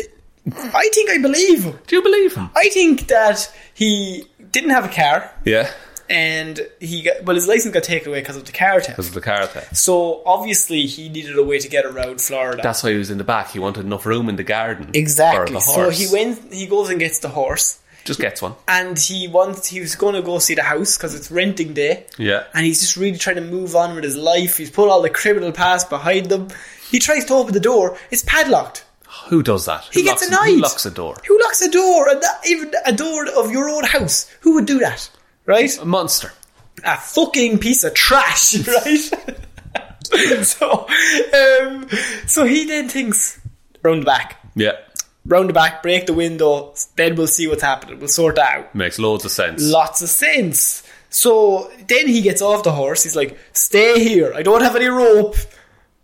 Speaker 1: I think I believe him.
Speaker 2: Do you believe him?
Speaker 1: I think that he didn't have a car
Speaker 2: Yeah,
Speaker 1: and he got, well, his license got taken away because of the car
Speaker 2: because
Speaker 1: theft.
Speaker 2: of the car theft.
Speaker 1: So obviously he needed a way to get around Florida.
Speaker 2: That's why he was in the back. He wanted enough room in the garden. For
Speaker 1: exactly.
Speaker 2: the
Speaker 1: So
Speaker 2: horse.
Speaker 1: he went. He goes and gets the horse.
Speaker 2: Just gets one.
Speaker 1: and he wants he was going to go see the house because it's renting day
Speaker 2: Yeah.
Speaker 1: and he's just really trying to move on with his life he's put all the criminal past behind him he tries to open the door it's padlocked
Speaker 2: Who does that? Who
Speaker 1: he gets
Speaker 2: locks,
Speaker 1: annoyed
Speaker 2: Who locks a door?
Speaker 1: who locks a door and that, even a door of your own house who would do that right
Speaker 2: A monster.
Speaker 1: a fucking piece of trash right so um, so he then thinks round the back
Speaker 2: Yeah.
Speaker 1: round the back, break the window, then we'll see what's happening. We'll sort that out.
Speaker 2: Makes loads of sense.
Speaker 1: Lots of sense. So then he gets off the horse. He's like, stay here. I don't have any rope.